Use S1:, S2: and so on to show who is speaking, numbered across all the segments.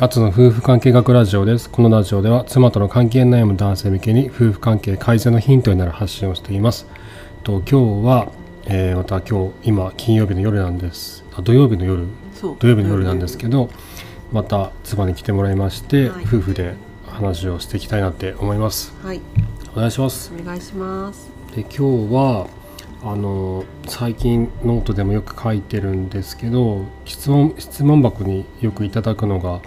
S1: アツの夫婦関係学ラジオです。このラジオでは妻との関係に悩む男性向けに夫婦関係改善のヒントになる発信をしています。と今日は、えーまた今日今金曜日の夜なんです。あ土曜日の夜
S2: そう
S1: 土曜日の夜なんですけど、また妻に来てもらいまして、
S2: はい
S1: 夫婦で話をしていきたいなって思います。
S2: はい
S1: お願いします。
S2: お願いします
S1: で今日はあの最近ノートでもよく書いてるんですけど質問質問箱によくいただくのが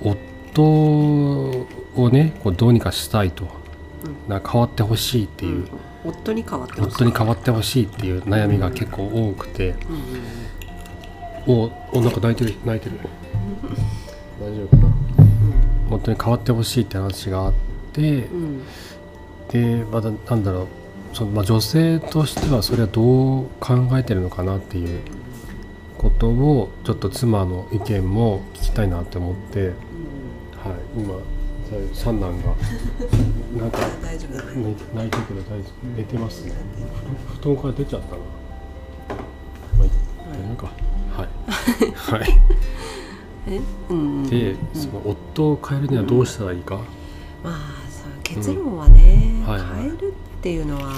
S1: 夫をねこうどうにかしたいと、な変わってほしいっていう、
S2: 夫に変わってほしい
S1: 夫に変わってほしいっていう悩みが結構多くて、おおなんか泣いてる泣いてる大丈夫かな夫に変わってほしいって話があって。
S2: うん
S1: でまだなんだろうその、まあ、女性としてはそれはどう考えてるのかなっていうことをちょっと妻の意見も聞きたいなって思って、はい、今さ三男がなんか
S2: 大丈夫だね
S1: 泣い泣いてるけど大丈夫寝てますねふ布団から出ちゃったな、まあ、いい大丈夫かはいはい
S2: えうん
S1: でその夫を変えるにはどうしたらいいか
S2: まあそう結論はね、
S1: うんはいはい
S2: 変えるっていうのは、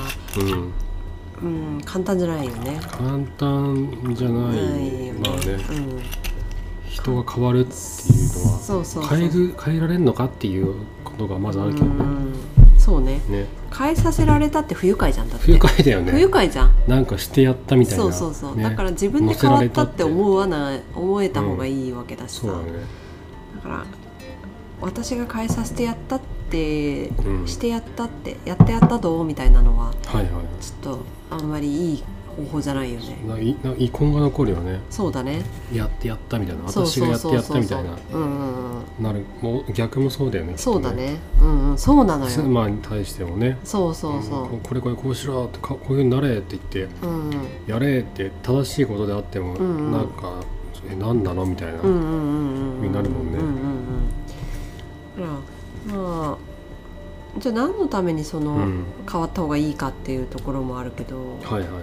S1: うん
S2: うん、簡単じゃないよね
S1: 簡単じゃない、
S2: よ
S1: まあね
S2: うん
S1: 人が変わるっていうのは
S2: そうそうそう
S1: 変える変えられるのかっていうことがまずあるけ
S2: う
S1: どね,、
S2: んそうね
S1: ね
S2: 変えさせられたって不愉快じゃんだって
S1: 不愉快だよ
S2: 不愉
S1: ね
S2: 快じゃん
S1: なんかしてやったみたいな
S2: そうそうそう、
S1: ね
S2: だから自分で変わったって
S1: 乗せられ
S2: 思わない思えた方がいいわけだしさ、
S1: そうだね
S2: だから私が変えさせてやったって、
S1: うん
S2: してやったってやってやったどうみたいなのは
S1: はいはい
S2: ちょっとあんまりいい方法じゃないよね
S1: なんかいなんか遺恨が残るよね
S2: そうだね
S1: やってやったみたいな
S2: そう
S1: 私
S2: そ
S1: が
S2: う
S1: やって
S2: そう
S1: やった
S2: そう
S1: み
S2: そ
S1: たい
S2: う
S1: な
S2: うんうんうん
S1: なるもう逆もそうだよね
S2: そうだ
S1: きっ
S2: ねうんうんそうな
S1: と
S2: の
S1: ね
S2: よ
S1: 妻に対してもね
S2: そうそうそ
S1: うんこれこれこうしろってかこういうふうになれって言って
S2: ううんうん
S1: やれって正しいことであっても、
S2: うんうん
S1: なんかえ何なのみたいな、
S2: うんうんうんうん
S1: になるもんね
S2: うんうんうんだからまあじゃあ何のためにその、
S1: うん
S2: 変わった方がいいかっていうところもあるけど、
S1: はいはいはい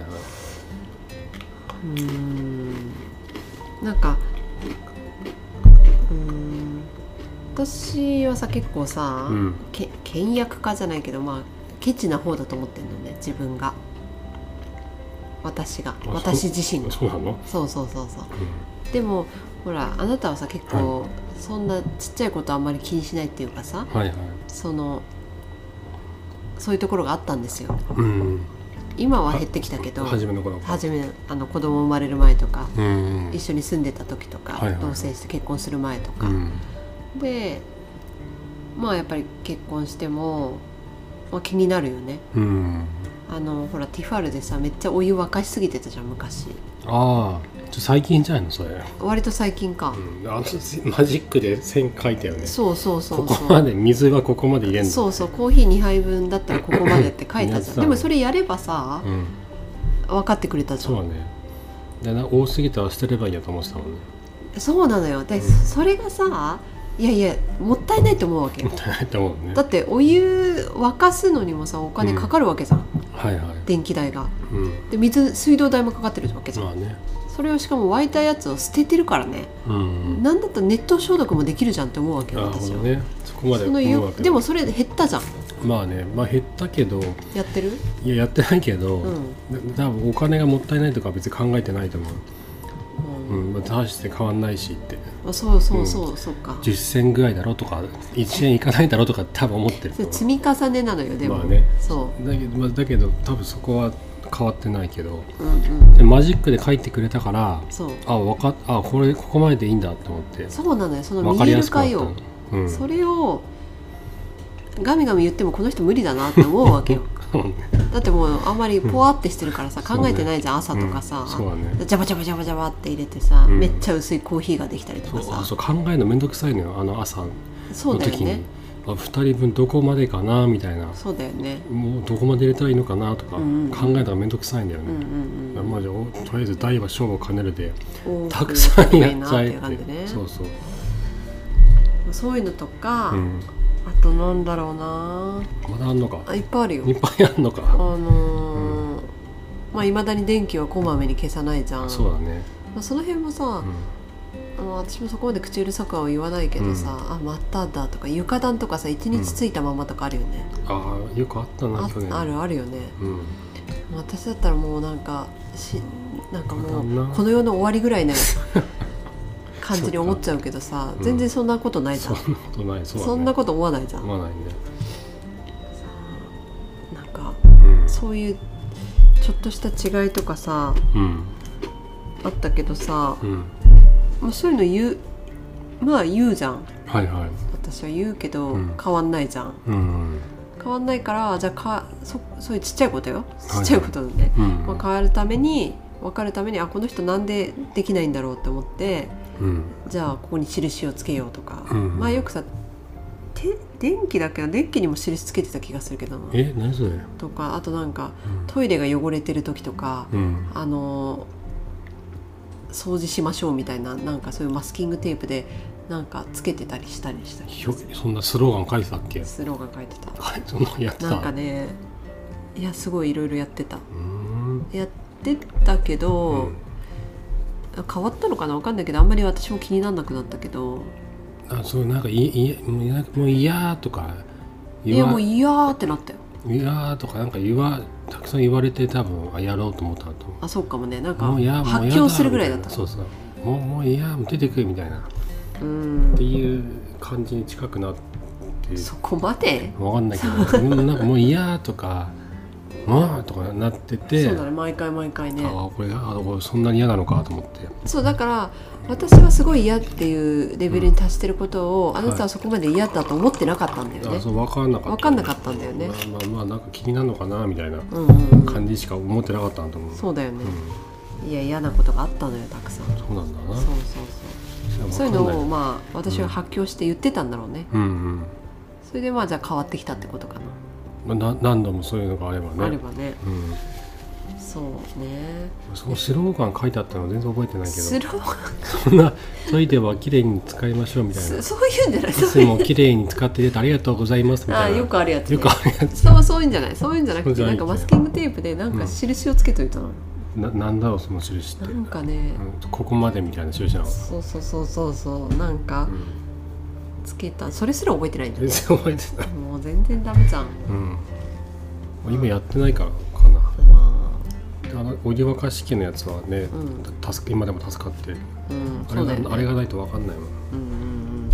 S1: う
S2: ーんなんかうーん私はさ結構さ、
S1: うん
S2: け倹約家じゃないけどまあケチな方だと思ってるのね自分が私が
S1: そう
S2: 私自身が
S1: そうなの、
S2: そうそうそうそう
S1: うん
S2: でもほらあなたはさ結構、そんなちっちゃいことあんまり気にしないっていうかさ
S1: はいはい。
S2: そのそういうところがあったんですよ
S1: うん。
S2: 今は減ってきたけど
S1: 初めの頃から。
S2: 初めあの子供生まれる前とか
S1: うん。
S2: 一緒に住んでた時とか、
S1: はいはいはい
S2: 同棲して結婚する前と
S1: う
S2: か、
S1: ん。
S2: でまあやっぱり結婚しても、まあ、気になるよね
S1: うん。
S2: あのほらティファールでさめっちゃお湯沸かしすぎてたじゃん昔
S1: ああ、ちょ最近じゃないのそれ。
S2: 割と最近か
S1: う、ん。あのマジックで線書いたよね。
S2: そうそうそうそう
S1: ここまで水はここまで入れんの。
S2: そうそうコーヒー2杯分だったらここまでって書いた
S1: い
S2: じ
S1: や
S2: ゃん
S1: そう
S2: でもそれやればさ
S1: うん。
S2: 分かってくれたじゃ
S1: そ
S2: ん
S1: うだね。でな多すぎたら捨てればいいやと思ってたもんね。
S2: そうなのよで、それがさいやいやもったいないと思うわけ
S1: もったいないと思うね。
S2: だってお湯沸かすのにもさお金かかるわけじゃん、
S1: はいはい。
S2: 電気代が
S1: うん。
S2: で水水道代もかかってるわけじゃん、
S1: まあね。
S2: それをしかも沸いたやつを捨ててるからね、
S1: うん。
S2: なんだったら熱湯消毒もできるじゃんって思うわけ
S1: な
S2: よ
S1: るほ
S2: 私
S1: ど
S2: は、
S1: ね。そこまで
S2: その
S1: 思うわ
S2: よ
S1: け
S2: でもそれ減ったじゃん
S1: まあね、まあ減ったけど、
S2: やってる
S1: いややってないけど、
S2: うん
S1: だ多分お金がもったいないとかは別に考えてないと思う。
S2: うん
S1: うん、まあ、大して変わんないしって
S2: あそうそうそう、そうか
S1: 10銭ぐらいだろとか1円いかないだろとか多分思ってる
S2: それ積み重ねなのよでも、
S1: まあね
S2: そ
S1: だけど、まあ、だけど多分そこは変わってないけど
S2: ううんうん
S1: でマジックで書いてくれたから
S2: そう
S1: あわかっあこれここまででいいんだと思って
S2: そうなのよその
S1: わ
S2: 見
S1: かり
S2: え
S1: や
S2: る
S1: すくな
S2: か
S1: った
S2: よ
S1: の、うん、
S2: それをガミガミ言ってもこの人無理だなって思うわ けよだってもうあんまりポワってしてるからさ、
S1: うね
S2: 考えてないじゃん朝とかさ、
S1: うんそうだね
S2: ジャバジャバジャバジャバって入れてさ、
S1: うん
S2: めっちゃ薄いコーヒーができたりと
S1: そ
S2: か
S1: うあ
S2: さ
S1: そう考えるのめんどくさいのよあの朝の
S2: そうだよ
S1: 時に、
S2: ね
S1: あ2人分どこまでかなみたいな
S2: そうだよね
S1: もうどこまで入れたらいいのかなとか、
S2: うんうん
S1: 考えたらめんどくさいんだよ
S2: うん
S1: ね、
S2: うんうん
S1: まあじゃあおとりあえず大は小を兼ねるで
S2: 多く
S1: たくさんやっちゃ
S2: な
S1: え
S2: っていう感じね
S1: そうそう、
S2: そういうのとか、
S1: うん、
S2: あとなんだろうな
S1: まだあんのか
S2: あいっぱいあるよ
S1: いっぱいあんの
S2: あ
S1: か
S2: のーまあいまだに電気はこまめに消さないじゃん
S1: そうだね
S2: まあ、その辺もさ、
S1: うん
S2: あの私もそこまで口うるさくは言わないけどさ、
S1: うん
S2: あまただとか床暖とかさ一日ついたままとかあるよね、
S1: ああよくあったな
S2: あ
S1: 去年
S2: あるあるよね
S1: うん
S2: 私だったらもうなんかしなんかも
S1: 床暖
S2: う
S1: な
S2: この世の終わりぐらい な感じに思っちゃうけどさ
S1: うん
S2: 全然そんなことないじゃ
S1: そ
S2: ん、
S1: んなことないそうだ、ね、
S2: そんなこと思わないじゃん、
S1: 思わないね、
S2: なんか
S1: うん、
S2: そういうちょっとした違いとかさ
S1: うん
S2: あったけどさ、
S1: うん
S2: まあ、そういうの言うまあ言うじゃん
S1: はいはい
S2: 私は言うけど、
S1: うん
S2: 変わんないじゃん
S1: うん
S2: 変わんないからじゃあかそそういうちっちゃいことよちっちゃいことなんで、
S1: うん
S2: まあ、変わるために分かるためにあこの人なんでできないんだろうって思って
S1: うん
S2: じゃあここに印をつけようとか、
S1: うん
S2: まあよくさて電気だけど電気にも印つけてた気がするけどな
S1: え何それ
S2: とかあとなんか
S1: うん
S2: トイレが汚れてる時とか、
S1: うん
S2: あの掃除しましょうみたいななんかそういうマスキングテープでなんかつけてたりしたりしたり
S1: ひょそんなスローガン書いてたっけ
S2: スローガン書いてた
S1: はいそんなのやってた
S2: なんかねいやすごいいろいろやってた
S1: うーん
S2: やってたけど、変わったのかなわかんないけどあんまり私も気にならなくなったけど
S1: あそうなんかいいもうなんかもう嫌とか
S2: い
S1: 言
S2: や
S1: わ
S2: もう嫌ーってなったよ
S1: 嫌とかなんか言わたくさん言われて多分あやろうと思ったんだと思
S2: あそうかもねなん
S1: う
S2: か
S1: もう嫌もう
S2: 発
S1: 嫌だ
S2: 狂するぐらいだった
S1: みなそうそうもうもう嫌もう出てくるみたいな
S2: う
S1: って
S2: ん
S1: いう感じに近くなって
S2: そこまで
S1: わかんないけどでもなんかもう嫌とかもうとかなってて、
S2: そうだね毎回毎回ね
S1: ああこれあこれそんなに嫌なのかと思って
S2: そうだから私はすごい嫌っていうレベルに達してることを、あなたはそこまで嫌だと思ってなかったんだよ
S1: あ
S2: ね
S1: そう分かんなかった
S2: 分かんなかったんだよね
S1: まあまあまあなんか気になるのかなみたいな
S2: うんうんうん
S1: 感じしか思ってなかったんだと思う
S2: そうだよね
S1: う、
S2: いや嫌なことがあったのよたくさんそ
S1: ん、そうなんだ
S2: う
S1: な
S2: そうそうそういうのを
S1: ま
S2: まあ私は発狂して言ってたんだろうね、
S1: うん
S2: それでまあじゃあ変わってきたってことかな、
S1: うんまあ、な何度もそういうのがあればね
S2: あればね
S1: うん、
S2: そうね
S1: そのスローガン書いてあったの全然覚えてないけ
S2: ス
S1: ど
S2: ロー
S1: そんな「トイレは綺麗に使いましょう」みたいな「
S2: す
S1: い
S2: そういうんじゃないそう
S1: つも綺麗に使っていただいてありがとうございます」み
S2: あ
S1: たいな
S2: よくあるやつ、ね、
S1: よくあるや
S2: そうそういうんじゃないそういうんじゃな
S1: そうじ
S2: くて
S1: ゃな
S2: ないんかマスキングテープでなんか印をつけといたの、
S1: つななんだろうその印って
S2: なんかね、
S1: うんここまでみたいな印なの、
S2: そうそうそうそうそうなんか
S1: うん、
S2: つけたそれすら覚えてないんだ
S1: 全
S2: よ
S1: 然覚えてない、
S2: もう全然ダメじゃん
S1: うん、今やってないからかな
S2: ま
S1: あのお湯沸かし器のやつはね、
S2: あうん
S1: た助今でも助かってる
S2: うん
S1: あ
S2: そ
S1: れ
S2: う
S1: が
S2: だよね
S1: あれがないと分かんないもん、ま
S2: うんうん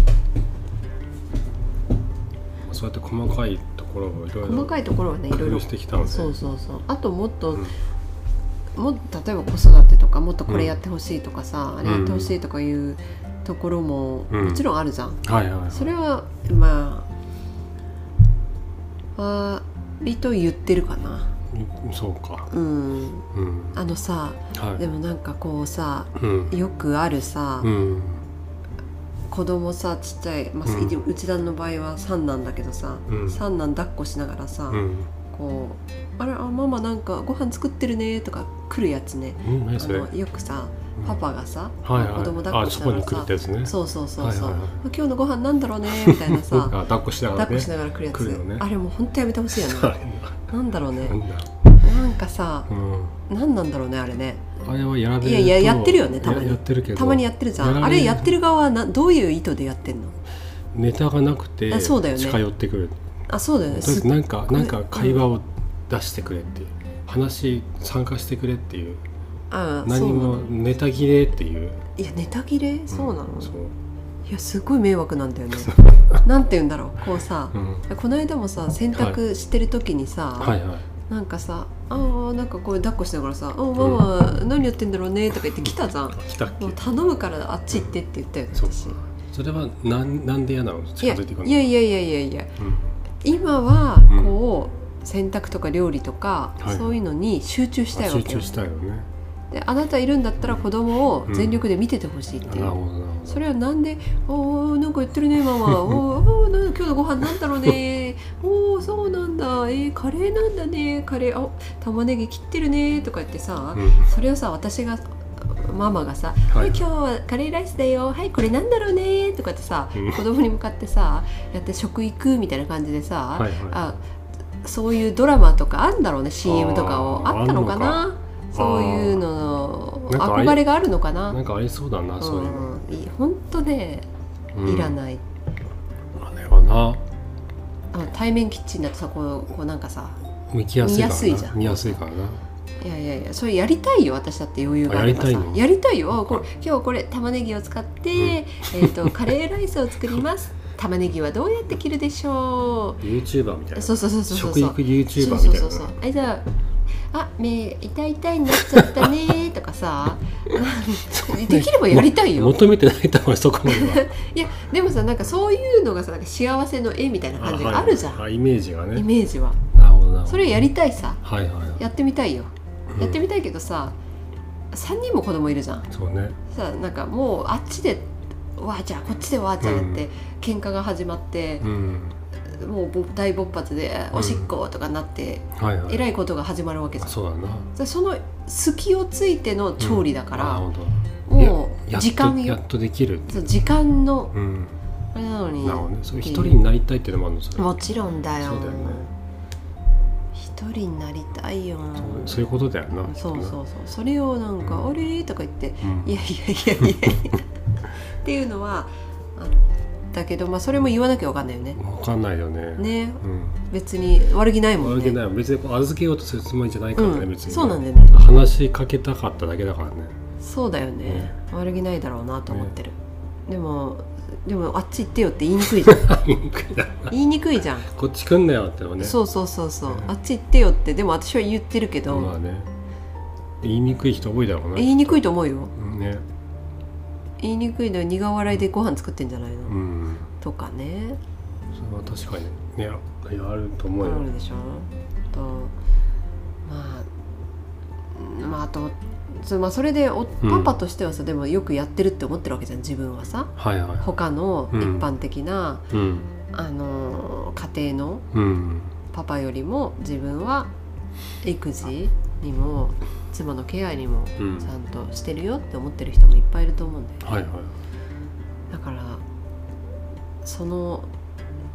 S1: あ、そうやって細かいところをいろ
S2: う
S1: い
S2: ん細
S1: ろ
S2: かいところはねいろいろ
S1: してきたので
S2: そうそうそうあともっと、
S1: うん
S2: もっと例えば子育てとかもっとこれやってほしいとかさ、
S1: ん
S2: あれやってほしいとかいうところも、
S1: うん
S2: もちろんあるじゃん
S1: はいはいはい
S2: それはまあ割と言ってるかな
S1: うんそうか
S2: うん
S1: うん
S2: あのさ
S1: はい
S2: でもなんかこうさ
S1: うん
S2: よくあるさ、
S1: うん
S2: 子供さちっちゃい、まあ
S1: うん
S2: うちだんの場合は三男だけどさ、
S1: うん
S2: 三男抱っこしながらさ、
S1: うん
S2: こう「あれあママなんかご飯作ってるね」とか来るやつね
S1: うん何
S2: あ
S1: それ
S2: のよくさパパがさ、
S1: はいはい
S2: 子供抱っこ
S1: あ
S2: し
S1: そこ
S2: ながら
S1: に来る
S2: さ
S1: ってやつね
S2: そうそうそうそう、
S1: はいはいはい
S2: 今日のご飯なんだろうねみたいな
S1: うん
S2: さ
S1: あ抱っこしながら
S2: 抱っ
S1: ね
S2: こしながら来るやつ
S1: 来るよね
S2: あれもうほんとやめてほ しいよねなんだろうね
S1: なんだ、
S2: なんかさ
S1: うん、
S2: 何なんだろうねあれね
S1: あれはやられると
S2: いやいややってるよねたまに
S1: ややってるけど
S2: たまにやってるじゃ
S1: や
S2: んあ
S1: られ
S2: れやってる側はなどういう意図でやってんの
S1: ネタがなくて
S2: あそうだよね
S1: 近寄ってくる
S2: あそうだよね
S1: とりあえ
S2: す
S1: ずなんか
S2: れ
S1: なんか会話を出してくれっていう話参加してくれっていう
S2: ああそう
S1: 何
S2: な
S1: も
S2: の
S1: ネタ切れっていう
S2: いやネタ切れそうなの、
S1: そう
S2: いやすごい迷惑なんだ よねなんて言うんだろうこうさ、
S1: うん
S2: この間もさ洗濯してる時にさ、
S1: はいはい
S2: なんかさ「あーなんかこう抱っこしながらさ「あーママ何やってんだろうね」とか言って来たじゃん
S1: 来たっ
S2: もう
S1: け
S2: 頼むからあっち行ってって言ったよね
S1: そう
S2: 私
S1: それはなんなんで嫌なの
S2: い
S1: 近
S2: や
S1: づいてくる
S2: い
S1: の
S2: やいやいやいやいや
S1: うん
S2: 今は
S1: うん
S2: こう、洗濯とか料理とか、
S1: はい
S2: そういうのに集中したいわ
S1: 集
S2: けよ
S1: 中したいよね
S2: であなたいるんだったら子供を全力で見ててほしいっ
S1: な
S2: てい
S1: る
S2: う、
S1: ほどなるほど
S2: それはなんで「おーなんか言ってるねマ マおーおーなんか今日のご飯なんだろうね おーそうなんだえー、カレーなんだねカレーあ玉ねぎ切ってるね」とか言ってさ、
S1: うん
S2: それをさ私がママがさ「
S1: は
S2: はいい、今日はカレーライスだよはいこれなんだろうね」とかってさ、
S1: うん
S2: 子供に向かってさやって食育みたいな感じでさ、
S1: はいはい
S2: あそういうドラマとかあんだろうね CM とかを
S1: あー
S2: あったのかな
S1: あんのか
S2: そういうのの
S1: なんかあれ
S2: 憧れがあるのかな
S1: なんかありそうだなそういうの
S2: ん、い本当ね
S1: うん
S2: いらない、
S1: あれはな
S2: あの対面キッチンだとさこうこうなんかさ
S1: 行きやすいからな
S2: 見やすいじゃん
S1: 見やすいからない
S2: やいやいやそれやりたいよ私だって余裕があればさ
S1: あ
S2: や
S1: や
S2: り
S1: り
S2: た
S1: た
S2: い
S1: い
S2: よ
S1: の
S2: やりたいよこれ今日これ玉ねぎを使って、え ー、とカレーライスを作ります玉ねぎはどうやって切るでしょ
S1: YouTuber みたいうな
S2: そうそうそうそうそう
S1: 食育 YouTuber
S2: そう
S1: み
S2: そ
S1: たいな
S2: うそうそうあじゃああ目痛い痛いになっちゃったね ーとかさできればやりたいよ
S1: 求めてないと思うそこまでは
S2: いやでもさなんかそういうのがさなんか幸せの絵みたいな感じ があるじゃん、
S1: はい、イメージが
S2: イ
S1: ね
S2: メージは
S1: なるほどなるほど
S2: それやりたいさ
S1: はいはいはい
S2: やってみたいよ、
S1: うん
S2: やってみたいけどさ3人も子供いるじゃん
S1: そうね
S2: さなんかもうあっちでわーちゃんこっちでわーちゃんやって、喧嘩が始まって
S1: う、ん
S2: もうぼ大勃発であおしっことかなって、
S1: はいはい
S2: えらいことが始まるわけじゃん
S1: そうだな
S2: でその隙をついての調理だか
S1: あ
S2: ら、
S1: 本当だ
S2: もう
S1: やっと
S2: 時間
S1: や
S2: よ
S1: っとできるって
S2: そう時間の
S1: うん
S2: あれなのに
S1: なるほどねそれ一人になりたいっていうのもあるのそれ
S2: もちろんだよ
S1: そうだよね
S2: 一人になりたいよ
S1: そうそういうことだよな
S2: そう
S1: う
S2: そうそうそれをなんか
S1: う
S2: 「
S1: ん
S2: あれ?」とか言って
S1: うん
S2: いやいやいやいやいやっていうのはあのだけどまあそれも言わなきゃわかんないよね
S1: わかんないよね
S2: ね
S1: うん
S2: 別に悪気ないもん
S1: 悪
S2: ね
S1: 気ない別にこう預けようとするつもりじゃないからね、
S2: うん、
S1: 別に
S2: そうなんだよね
S1: 話しかけたかっただけだからね
S2: そうだよね
S1: ね
S2: 悪気ないだろうなと思ってる、でもでもあっち行ってよって言いにくいじゃん言いにくいじゃん、
S1: こっち来んなよってのね
S2: そうそうそうそう、
S1: ね
S2: あっち行ってよってでも私は言ってるけど、
S1: まあね言いにくい人多いだろうな
S2: 言いにくいと思うよ
S1: ね
S2: 言いにくいのは苦笑いでご飯作ってんじゃないの、
S1: うん
S2: とかね
S1: それは確かにねいやあると思
S2: あ
S1: うよ、
S2: るでしょとまあうんまああとそ,、まあ、それでお
S1: うん
S2: パパとしてはさ、でもよくやってるって思ってるわけじゃん自分はさ
S1: はいは
S2: 他の一
S1: うん
S2: 般的な、
S1: いうん
S2: あの家庭の
S1: うん
S2: パパよりも自分は育児にも妻のケアにも
S1: うん
S2: ちゃんとしてるよって思ってる人もいっぱいいると思うんだよね
S1: はいは
S2: だからその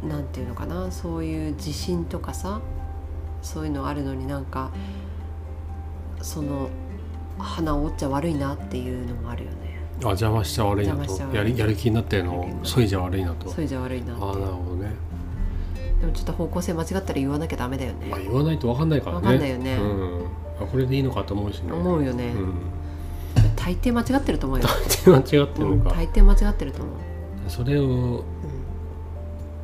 S2: なんていうのかなそういう自信とかさそういうのあるのになんかその鼻を折っちゃ悪いなっていうのもあるよね
S1: いあ邪魔しちゃ悪いな
S2: 邪魔しちゃ悪
S1: と
S2: い
S1: やるやる気になってるの
S2: やる気にな
S1: を
S2: る
S1: そいじゃ悪いなと
S2: それじゃ悪いな
S1: ああなるほどね、
S2: でもちょっと方向性間違ったら言わなきゃダメだよ
S1: まあ、
S2: ね
S1: 言わないと分かんないからね
S2: わかんないよね
S1: うんあこれでいいのかと思うしね
S2: 思うよね、
S1: うん
S2: 大抵間違ってると思うよ、
S1: 間違って
S2: う
S1: る
S2: ん
S1: のか
S2: 大抵間違ってると思う、
S1: それを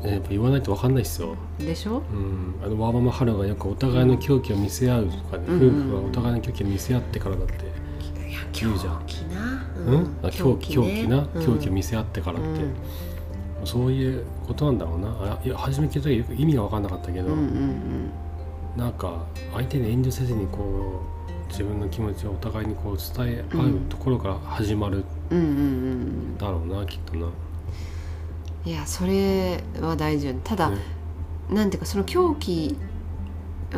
S1: ねやっぱ言わないと分かんないっすよ、
S2: うんでし
S1: う
S2: ょ
S1: ん、あのワーママハローがよくお互いの狂気を見せ合うとかね、
S2: うんうん
S1: 夫婦はお互いの狂気を見せ合ってからだって、
S2: いや
S1: 言うじゃん
S2: 気な、
S1: うんあ狂気狂気な狂気を見せ合ってからって、
S2: うん
S1: そういうことなんだろうなあいや初め聞いた時よく意味が分かんなかったけど、
S2: うんうんうん
S1: なんか相手に遠慮せずにこう自分の気持ちをお互いにこう伝え合うところから始まる
S2: うんうんうんうん
S1: だろうな、きっとな。
S2: いやそれは大事よねただ、
S1: ね
S2: なんていうかその狂気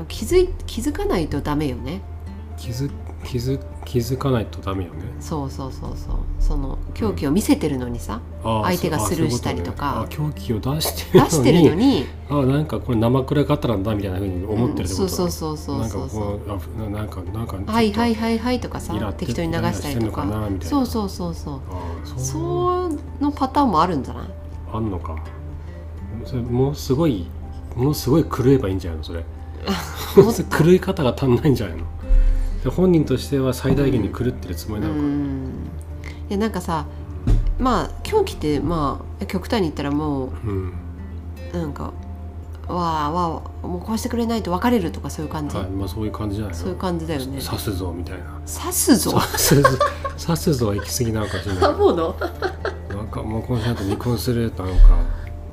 S2: 気づい気づかないとダメよね
S1: 気づ気づ気づかないとダメよね。
S2: そうそうそうそうその狂気を見せてるのにさ、
S1: あー
S2: 相手が
S1: そうあー
S2: スル
S1: そうい
S2: ー
S1: うこと
S2: したりとか
S1: ね、あ狂気を出して
S2: 出してるの
S1: に
S2: に
S1: あーなんかこれ生クラガタラだみたいなふうに思ってるってこと、
S2: うんそうそうそうそう
S1: な
S2: そ
S1: んかこうあなんかなんか
S2: うはいはいいはいはいとかさ
S1: イラって
S2: 適当に流したりとか
S1: イライラしてんのかなみたいな
S2: そうそうそうそ
S1: あーそう
S2: うそのパターンもあるんじゃない
S1: あんのかそれもうすごいものすごい狂えばいいんじゃないのそ れ
S2: もっと
S1: 狂い方が足んないんじゃないので本人としては最大限に狂ってるつもり
S2: う
S1: なのか、
S2: んいやなんかさまあ狂気ってまあ極端に言ったらもう
S1: うん
S2: なんかわあわあもうこうしてくれないと別れるとかそういう感じ、
S1: はいまあ、そういう感じじゃないの
S2: そういう感じだよね
S1: 刺すぞみたいな
S2: 刺すぞ
S1: 刺すぞ刺すぞは行き過ぎなのかもしれないけど
S2: 思うの
S1: なんかもうこの人と離婚するとなんか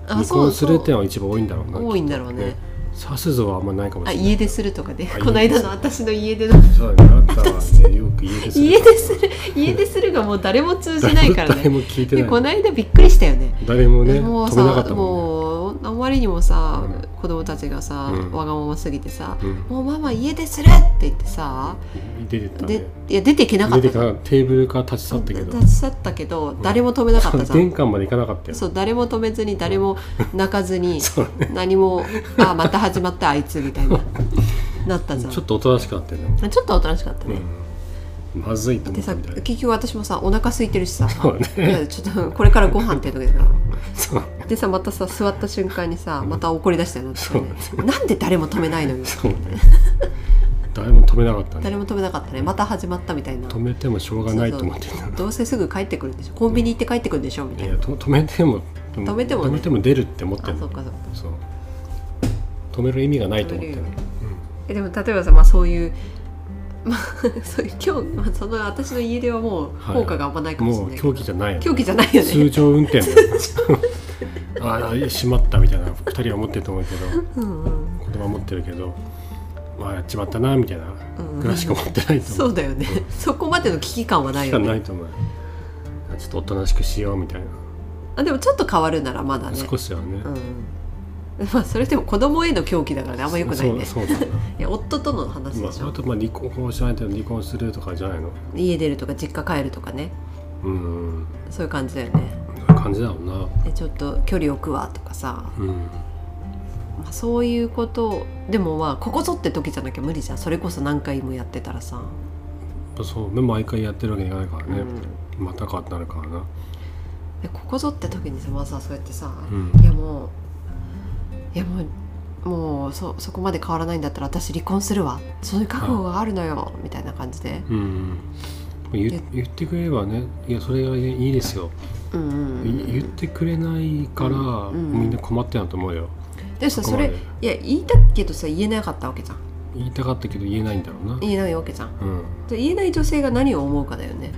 S1: 離婚するってのは一番多いんだろうな
S2: 多いんだろうね
S1: 刺すぞはあんまないかもし
S2: あ
S1: れない
S2: 家でするとかで
S1: あ
S2: この間
S1: 家です
S2: の私の家での
S1: そうだねあなたはねよく家でする
S2: 家でする家でするがもう誰も通じないから
S1: 誰
S2: ね
S1: も聞いて
S2: で
S1: な
S2: こ
S1: い
S2: の間びっくりしたよね
S1: 誰もね
S2: もう
S1: 止めなかっ
S2: さ
S1: たもんね
S2: もうあまりにもさ、
S1: うん
S2: 子供たちがさ、
S1: うん
S2: わがまますぎてさ、
S1: うん
S2: もうママ家でするって言ってさ、
S1: 出てったね
S2: でいや出ていけなか
S1: 出
S2: ってた
S1: からテーブルから立ち去ったけど
S2: 立ち去ったけど誰も止めなかったじゃ ん、
S1: 玄関まで行かなかったよ
S2: そう誰も止めずに誰も泣かず に
S1: そう
S2: 何も「あまた 始まったあいつ」みたいななったじゃん
S1: ちょっとおとなしくなってるね
S2: ちょっとおとなしかったね、
S1: うまずいと思
S2: で
S1: った
S2: さ
S1: みたいな
S2: 結局私もさお腹空いてるしさ
S1: そうね
S2: いやちょっとこれからご飯っていう時だか
S1: そう
S2: らでさまたさ座った瞬間にさまた怒り出したよな私ねなんで誰も止めないのよ
S1: そうね誰も止めなかったね
S2: 誰も止めなかったねまた始まったみたいな
S1: 止めてもしょうがないと思っていた
S2: どうせすぐ帰ってくるんでしょコンビニ行って帰ってくるんでしょみた
S1: い
S2: い
S1: や
S2: な
S1: と止めても
S2: 止めてもね
S1: 止めても出るって思って
S2: あ
S1: る
S2: そうかそうか
S1: そう止める意味がないと思ってる
S2: 止めるえでも例えばさ、まあ、そういう、 まあ、そういう今日、まあ、その私の家ではもう
S1: はい
S2: 効果があんまないかもしれ
S1: も
S2: な
S1: う
S2: いけど、
S1: 狂気じゃないよね
S2: 狂気じゃないよ
S1: 通
S2: ね、
S1: 常運 転だよああしまったみたいな2人は思ってると思うけど
S2: うんうん、
S1: 言葉持ってるけどまあやっちまったなみたいな
S2: うん
S1: ぐらいしか持ってないと思
S2: そう
S1: う
S2: だよねそこまでの危機感はない
S1: し
S2: よ
S1: かな
S2: ね
S1: いと思うちょっとおとなしくしようみたいな
S2: あでもちょっと変わるならまだね
S1: 少しはね
S2: うんまあ、それでも子供への狂気だからねあんまよくないね
S1: そう そうだな
S2: いや夫との話
S1: ま
S2: で
S1: あ
S2: し
S1: そ
S2: ょ、
S1: れとまあ離婚法しないと離婚するとかじゃないの
S2: 家出るとか実家帰るとかね
S1: うん
S2: そういう感じだよね
S1: そういう感じだろうな
S2: でちょっと距離置くわとかさ、
S1: うん
S2: まあ、そういうことをでもまあここぞって時じゃなきゃ無理じゃんそれこそ何回もやってたらさ、
S1: そうね毎回やってるわけにいかないから
S2: う
S1: ね、
S2: ん、
S1: またかってなるからな
S2: でここぞって時にさまずはそうやってさ、
S1: うん
S2: いやもういやもうもうそそこまで変わらないんだったら私離婚するわそういう覚悟があるのよみたいな感じで、
S1: うん言言ってくれればねいやそれはいいですよ、
S2: うんうんうん
S1: い言ってくれないから、
S2: うん
S1: みんな困ってんだと思うよ
S2: でさ
S1: そ
S2: そ
S1: こま
S2: れ
S1: で
S2: いや言いたけどさ言えなかったわけじゃん
S1: 言いたかったけど言えないんだろうな
S2: 言えないわけじゃん
S1: うん
S2: で言えない女性が何を思うかだよね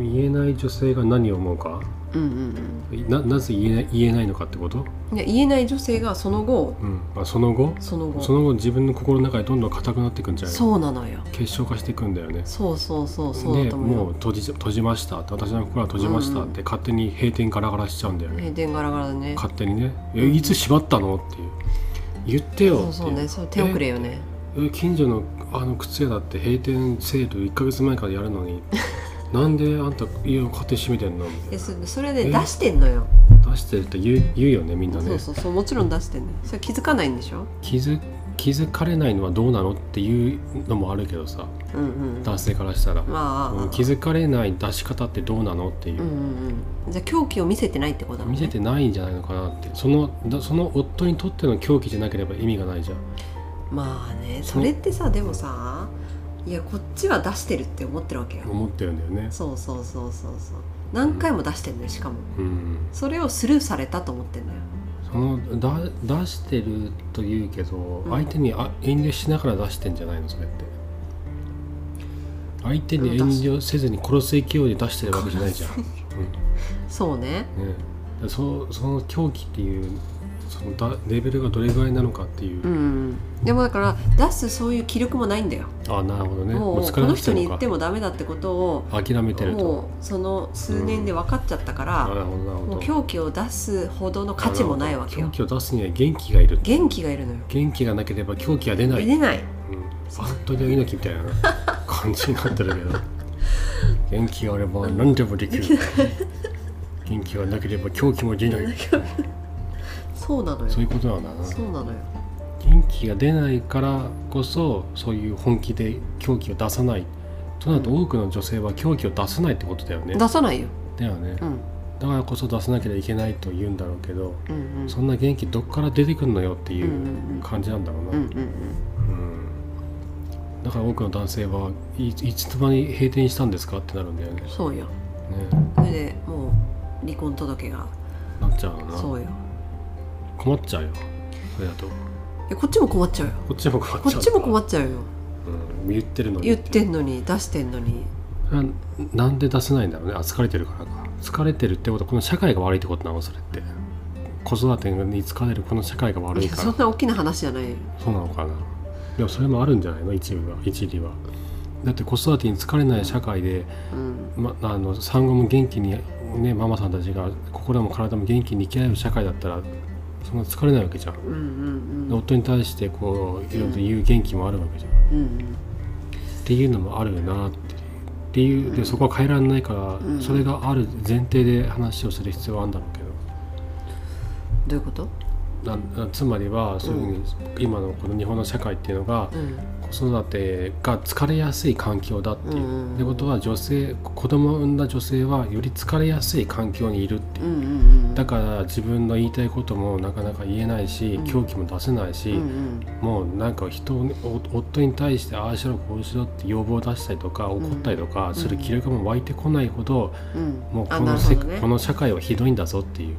S1: 言えない女性が何を思うか
S2: うんうん
S1: ななぜ言えない言えないのかってこと、
S2: うんいや言えない女性がその後
S1: うんあ、その後
S2: その後
S1: その後自分の心の中でどんどん硬くなっていくんじゃない
S2: そうなのよ
S1: 結晶化していくんだよね
S2: そうそうそうそうだ
S1: で
S2: と
S1: も
S2: 思
S1: う
S2: うよ
S1: 閉じ閉じましたって私の心は閉じましたって、勝手に閉店ガラガラしちゃうんだよね、
S2: 閉店ガラガラでね
S1: 勝手にね「
S2: う
S1: え
S2: ん
S1: いつ縛ったの?」っていう「言ってよ」ってい
S2: そうそうねそう手遅れよね
S1: え近所のあの靴屋だって閉店セール1ヶ月前からやるのに なんであんた家を勝手に閉めてんのみたい
S2: えそそれで
S1: え
S2: 出してんのよ
S1: な出してるって言う言うよねみんなね
S2: そうそうそうもちろん出してんのよそれ気づかないんでしょ
S1: 気づ気づかれないのはどうなのっていうのもあるけどさ
S2: うんうん
S1: 男性からしたら、
S2: まあ
S1: うん気づかれない出し方ってどうなのっていう
S2: うんう、んうんじゃあ狂気を見せてないってことだもん
S1: 見
S2: ね
S1: せてないんじゃないのかなってそのだその夫にとっての狂気じゃなければ意味がないじゃん
S2: まあねそれってさでもさいやこっちは出してるって思ってるわけよ
S1: 思ってるんだよね
S2: そうそうそうそうそう何回も出してんのよしかも
S1: うん
S2: それをスルーされたと思ってんのよ
S1: そのだ出してるというけど、
S2: うん
S1: 相手にあ遠慮しながら出してんじゃないのそれって相手に遠慮せずに殺す勢いで出してるわけじゃない じゃん、
S2: そうね
S1: うんね、だそその狂気っていうそのだレベルがどれぐらいなのかっていう、
S2: うんでもだから出すそういう気力もないんだよ、
S1: あなるほどね
S2: もう
S1: 疲
S2: こ
S1: れ
S2: の
S1: てきて
S2: 人
S1: る
S2: に言
S1: の
S2: ってもダメだってことを
S1: か諦めてると
S2: もうその数年で分かっちゃったか
S1: なる
S2: ら、
S1: ほどなるほ
S2: も
S1: ど
S2: う狂気を出すほどの価値もないわけよ
S1: 狂気を出すには元気がいる
S2: 元気がいるのよ
S1: 元気がなければ狂気が出ない、
S2: 出ない
S1: うん、アントニオ猪木みたいな感じになってるけ ど元気があれば何でもできる元気がなければ狂気も出ない
S2: そうなのよ
S1: そういうことなんだな
S2: そうなのよ
S1: 元気が出ないからこそそういう本気で狂気を出さないとなると多くの女性は狂気を出さないってことだよね
S2: 出さないよ、
S1: だよね
S2: うん
S1: だからこそ出さなければいけないと言うんだろうけど
S2: うんうん
S1: そんな元気どっから出てくるのよってい
S2: んうんう
S1: うんう感じなんだろうな、
S2: うんうんうん
S1: うんだから多くの男性はいいつの間に閉店したんですかってなるんだよね。ね
S2: そうよそれでもう離婚届が
S1: なっちゃうな
S2: そうよ
S1: 困っちゃうよそれだとこ
S2: えこっちも困っちゃうよ
S1: っちも困っち
S2: こ
S1: ゃう
S2: っちも困
S1: っ、
S2: っちゃうよ
S1: うん、言ってるのに
S2: 言って
S1: いうん
S2: のに出してんのに
S1: ななんで出せないんだろうねあ疲れてるからか疲れてるってことはこの社会が悪いってことなのそれって子育てに疲れるこの社会が悪
S2: い
S1: い
S2: や
S1: から
S2: そんな大きな話じゃないよ
S1: そうなのかなでもそれもあるんじゃないの一部は一理はだって子育てに疲れない社会で
S2: うん
S1: ま、あの産後も元気に、ね、ママさんたちが心も体も元気に生きられる社会だったらそんな疲れないわけじゃん、
S2: うんうんうん
S1: 夫に対してこういろいろと言う元気もあるわけじゃん、っ
S2: うんうん
S1: ていうのもあるよなってっていうでそこは変えられないから、
S2: ん
S1: それがある前提で話をする必要はあるんだろうけ
S2: どういうこと
S1: どななつまりはそういうふうに、今のこの日本の社会っていうのが
S2: うん
S1: 子子育てが疲れやすい環境だっていう。
S2: うんうん
S1: ってことは女性子供を産んだ女性はより疲れやすい環境にいるっていう
S2: うんうんうん
S1: だから自分の言いたいこともなかなか言えないし、
S2: うん
S1: 狂気も出せないし、
S2: うんうん
S1: もうなんか人をお夫に対してああしろこうしろって要望を出したりとか怒ったりとかする気力も湧いてこないほど、
S2: うん
S1: もうこ
S2: あ
S1: の
S2: なるほ
S1: せ、
S2: どね
S1: この社会はひどいんだぞっていう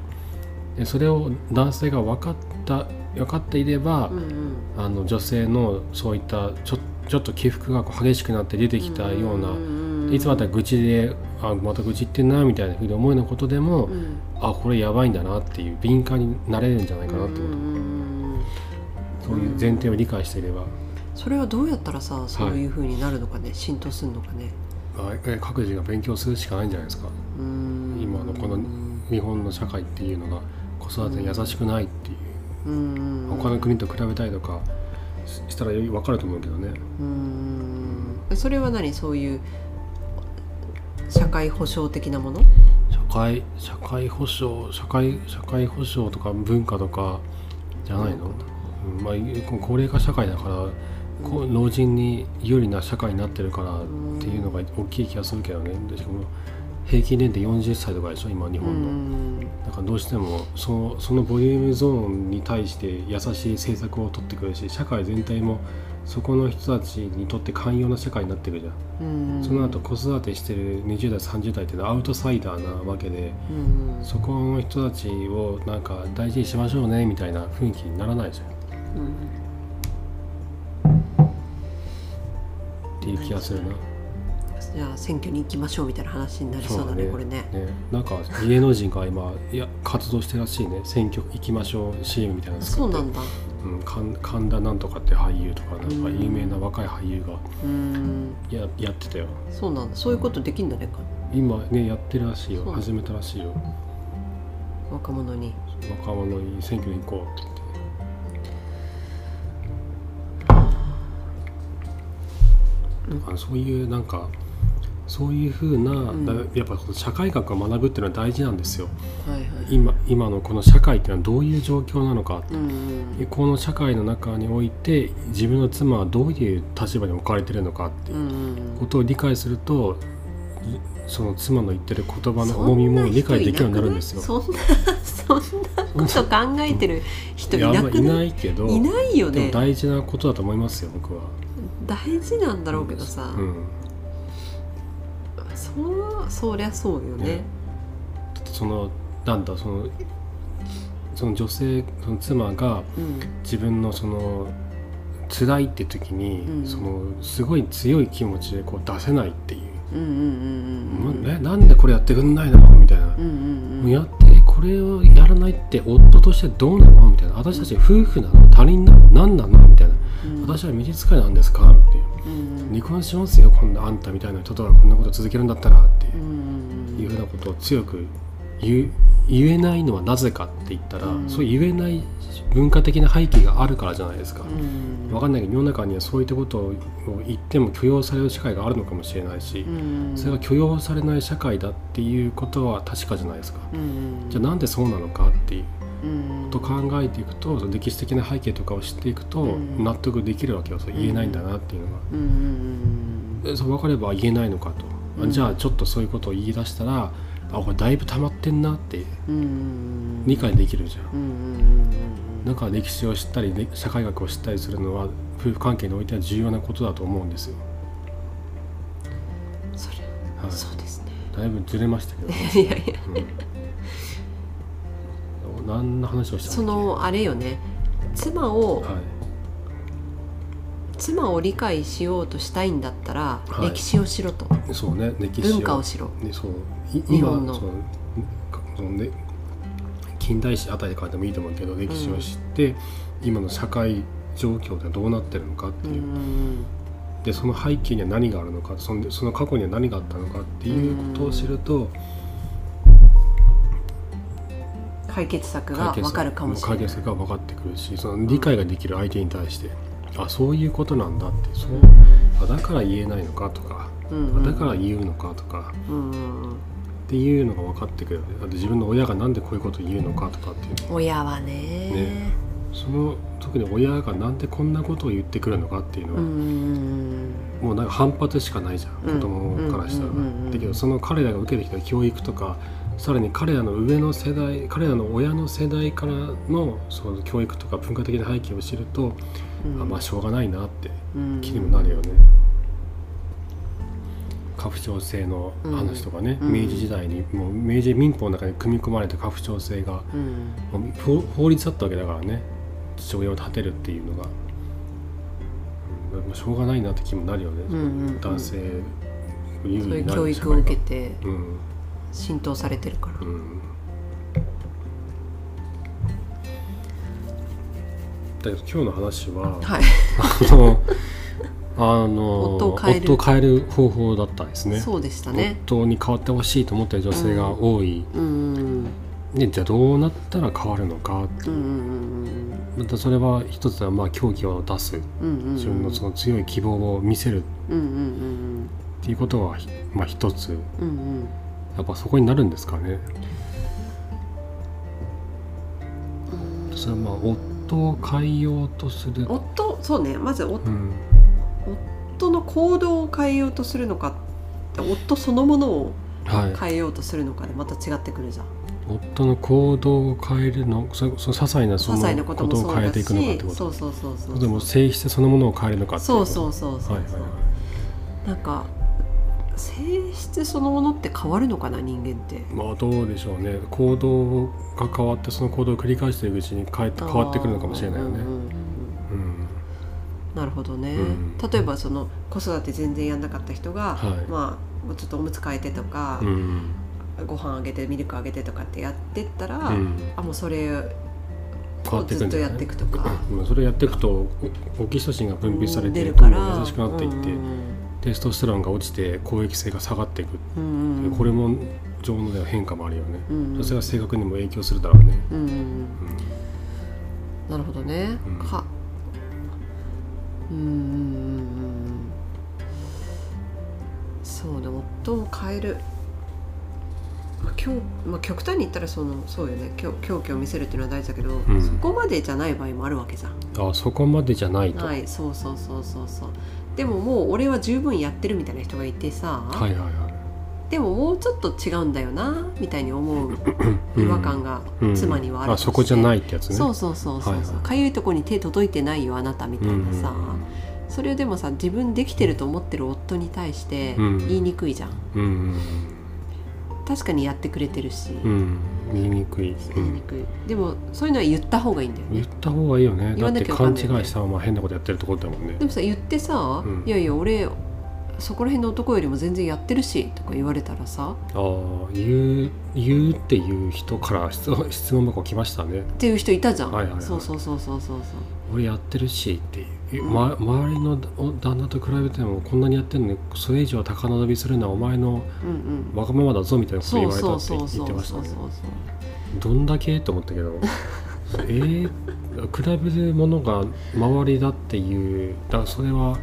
S1: でそれを男性が分かった分かっていれば、
S2: うんうん
S1: あの女性のそういったちょちょっと起伏がこう激しくなって出てきたような、
S2: んん
S1: いつまた愚痴であまた愚痴言ってんなみたいなふうに思うようなことでも、
S2: うん
S1: あこれやばいんだなっていう敏感になれるんじゃないかなって
S2: う
S1: こ
S2: んうんうんうん
S1: と、そういう前提を理解していれば、
S2: それはどうやったらさそういう風になるのかね、浸透するのかね
S1: あえ各自が勉強するしかないんじゃないですか
S2: うーん
S1: 今のこの日本の社会っていうのが子育てに優しくないっていう、
S2: うん
S1: 他の国と比べたりとかししたらより分かると思うけどね
S2: うんそれは何そういう社会保障的なもの
S1: 社会社会保障社会社会保障とか文化とかじゃないの、うんまあ、い高齢化社会だからこう老人に有利な社会になってるからっていうのが大きい気がするけどねでしかも平均年齢40歳とかでしょ今日
S2: う
S1: 本の、
S2: ん
S1: だからどうしてもそのそのボリュームゾーンに対して優しい政策を取ってくるし社会全体もそこの人たちにとって寛容な社会になってくるじゃん、
S2: うん
S1: その後子育てしてる20代30代っていうのはアウトサイダーなわけで
S2: うん
S1: そこの人たちをなんか大事にしましょうねみたいな雰囲気にならないじゃんっ
S2: うん
S1: ていう気がするな、
S2: じゃあ選挙に行きましょうみたいな話になりそうだね
S1: そうだね
S2: これね
S1: ね、なんか芸能人が今いや活動してるらしいね選挙行きましょう CM みたいなの作
S2: そ
S1: っ
S2: う
S1: て
S2: なんだ
S1: うん、神神田なんとかって俳優とかなんか
S2: うん
S1: 有名な若い俳優が
S2: うん
S1: ややってたよ
S2: そうなんだそういうことできんだねか
S1: 今ねやってるらしいよ
S2: そう
S1: 始めたらしいよ
S2: 若者に
S1: 若者に選挙に行こうって言って
S2: うん
S1: あのそういうなんかそういうふうな、
S2: ん
S1: だやっぱこの社会学を学ぶっていうのは大事なんですよ
S2: はいはい
S1: 今今のこの社会っていうのはどういう状況なのか
S2: うんうん
S1: この社会の中において自分の妻はどういう立場に置かれてるのかっていううん
S2: うん
S1: ことを理解するといその妻の言ってる言葉の
S2: そ
S1: 重みも
S2: な
S1: 理解
S2: 人
S1: で
S2: い
S1: きるように
S2: なくな
S1: ないるんですよ。
S2: そんなそんなこと考えてる人い
S1: や
S2: な
S1: まあ
S2: く
S1: い
S2: な
S1: ないいけど
S2: いないよ
S1: でも
S2: ね
S1: 大事なことだと思いますよ僕は。
S2: 大事なんだろうけどさ、
S1: うん、
S2: そうそりゃそうよね
S1: ねそのなんだそのその女性その妻が
S2: うん
S1: 自分のその辛いって時に、
S2: うん
S1: そのすごい強い気持ちでこう出せないっていう、
S2: うんうんうんうん
S1: なえなんでこれやってくんないのみたいな、
S2: うんうんうん
S1: やってこれをやらないって夫としてどうなのみたいな私たち夫婦なの他人なの何なのみたいな
S2: うん
S1: 私は身につかいなんですかっていう
S2: うん
S1: 離婚しますよこんなあんたみたいな人とはこんなこと続けるんだったらって
S2: うんうん
S1: いうふうなことを強く言う言えないのはなぜかって言ったら、
S2: うん
S1: そう言えない文化的な背景があるからじゃないですか。
S2: うん
S1: わかんないけど世の中にはそういったことを言っても許容される社会があるのかもしれないし、
S2: うん
S1: それが許容されない社会だっていうことは確かじゃないですか。
S2: うん
S1: じゃあなんでそうなのかっていう
S2: うん
S1: と考えていくとその歴史的な背景とかを知っていくと
S2: うん
S1: 納得できるわけよそう言えないんだなっていうのが、
S2: うんうん
S1: でそう分かれば言えないのかと、あ
S2: うん
S1: じゃあちょっとそういうことを言い出したらあこれだいぶ溜まってんなって
S2: うんうん
S1: 理解できるじゃん。
S2: うんうんうん
S1: だから歴史を知ったりね社会学を知ったりするのは夫婦関係においては重要なことだと思うんですよ。
S2: うんそれ
S1: はい
S2: そうですね
S1: だいぶずれま したけど、
S2: いやいや
S1: うん、何の話をした
S2: そ
S1: んだっ
S2: のあれよね妻を
S1: け、はい、
S2: 妻を理解しようとしたいんだったら、
S1: はい
S2: 歴史をしろと
S1: そうね歴史
S2: 文化をしろ
S1: ね、そうい
S2: 日
S1: 今
S2: 本の
S1: そうかそのね近代史あたりからでもいいと思うけど歴史を知って、今の社会状況でどうなってるのかって
S2: う
S1: いう、
S2: ん
S1: でその背景には何があるのかそのその過去には何があったのかっていうことを知ると、
S2: 解決策
S1: 解
S2: が
S1: 決
S2: 分かるかもしれ
S1: 解
S2: ない
S1: 決策が分かってくるしその理解ができる相手に対して、あそういうことなんだってそうあだから言えないのかとか、
S2: うん
S1: あだから言うのかとか
S2: うんうんうん
S1: っていうのが分かってくるあと自分の親がなんでこういうことを言うのかとかっていうの
S2: 親はね
S1: ねその特に親がなんでこんなことを言ってくるのかっていうの
S2: う
S1: は、
S2: ん
S1: もうなんか反発しかないじゃん、
S2: う
S1: 子
S2: ん
S1: 供からしたら、
S2: うんうんうんうん
S1: だけどその彼らが受けてきた教育とかさらに彼らの上の世代彼らの親の世代からのその教育とか文化的な背景を知ると、
S2: うん
S1: あまあしょうがないなって
S2: うん
S1: 気にもなるよね。家父長制の話とかね、
S2: うん
S1: 明治時代にもう明治民法の中に組み込まれた家父長制が
S2: うん
S1: もう法法律だったわけだからね父親を立てるっていうのが、うんまあしょうがないなって気もなるよね、
S2: うんうんうん
S1: 男性優
S2: そう
S1: 位に
S2: いう
S1: な
S2: 教
S1: る
S2: 育を受け
S1: て
S2: て
S1: うん
S2: 浸透されてるから
S1: う、んだけど今日の話は、
S2: はい
S1: あのあの
S2: 夫を変える
S1: 夫を変える方法だったんですね
S2: そうでしたね
S1: 夫に変わってほしいと思ってる女性が多い、
S2: うんうん
S1: ね、じゃあどうなったら変わるのか
S2: うんうん
S1: またそれは一つはまあ狂気を出す
S2: うんうんうん
S1: 自分のその強い希望を見せるっ
S2: うんうん
S1: ていうことがひまあ一つ
S2: うんうんうん
S1: やっぱそこになるんですかね
S2: うん
S1: それはまあ夫を変えようとする、
S2: 夫そうねまず
S1: う
S2: 夫
S1: ん、
S2: の行動を変えようとするのか夫そのものを
S1: はい
S2: 変えようとするのかでまた違ってくるじゃん
S1: 夫の行動を変えるのそそ些細なそ
S2: 些細な
S1: の
S2: こ
S1: こと
S2: も
S1: と
S2: そ
S1: を
S2: う
S1: 変え
S2: だ
S1: て
S2: し
S1: いくのかってこと
S2: そうそうそうそう
S1: それとも性質そのものを変えるのかってい
S2: そう
S1: う
S2: そうそうそう
S1: はいはいはい
S2: なんか性質そのものって変わるのかな人間って
S1: まあどうでしょうね行動が変わってその行動を繰り返していくうちに変えて変わってくるのかもしれないよ
S2: あーうん
S1: ね
S2: うんうん
S1: うん
S2: なるほどね、
S1: うん
S2: 例えばその子育て全然やんなかった人が、
S1: はい
S2: まあちょっとおむつ変えてとか
S1: う、ん
S2: ご飯あげてミルクあげてとかってやってったら、
S1: うん
S2: あもうそれ
S1: 変わっていくんじゃない
S2: ずっとやっていくとか
S1: うんそれやっていくとおオキシトシンが分泌されて
S2: 出る
S1: ど
S2: か
S1: んどん
S2: ら
S1: 優しくなっていって、テストステロンが落ちて攻撃性が下がっていく、
S2: うんうんうんうん
S1: これも上のでは変化もあるよね、
S2: うんうん
S1: それは性格にも影響するだろうね、
S2: うんうんうん
S1: うん
S2: なるほどね、
S1: うん
S2: かうんうんうんうんそうね夫を変えるまあ、きょうまあ、極端に言ったらそのそうよね狂狂気を見せるっていうのは大事だけど、
S1: ん
S2: そこまでじゃない場合もあるわけじゃん
S1: あそこまでじゃないと、
S2: はいそうそうそうそうそうでももう俺は十分やってるみたいな人がいてさ、
S1: はいはいはい
S2: でももうちょっと違うんだよなみたいに思う
S1: うん
S2: 違和感が妻にはある
S1: うん
S2: と
S1: あ
S2: して
S1: そこじゃないってやつね
S2: そうそうそうそうそう
S1: はいはい
S2: かゆいとこに手届いてないよあなたみたいなさ、それをでもさ自分できてると思ってる夫に対して
S1: う
S2: 言
S1: ん
S2: いにくいじゃん、
S1: うんうん
S2: 確かにやってくれてるし、
S1: うんうん言いにくい、う
S2: 言いに
S1: ん、
S2: くいでもそういうのは言った方がいいんだよ
S1: 言っ
S2: ね
S1: た方がいいよね
S2: 言
S1: だ
S2: わ
S1: っ
S2: な
S1: て
S2: きゃわかん
S1: 勘
S2: ない
S1: 違
S2: よね
S1: いしたまま変なことやってるところだもんね
S2: でもさ言ってさ、
S1: うん
S2: いやいや俺そこら辺の男よりも全然やってるしとか言われたらさ
S1: ああ言う言うっていう人から質問質問箱来ましたね
S2: っていう人いたじゃん、
S1: はいはいはい
S2: そうそうそうそうそうそう
S1: 俺やってるしっていう、ま、周りのお旦那と比べてもこんなにやってるのにそれ以上高望みするのはお前の
S2: うんうん
S1: わがままだぞみたいなこと
S2: そ
S1: 言
S2: う
S1: われた
S2: そう
S1: って
S2: そう
S1: 言
S2: そ
S1: っ
S2: う
S1: て
S2: そう
S1: まし
S2: そ
S1: た
S2: う
S1: ねどんだけと思ったけ どえー、比べるものが周りだっていうだからそれは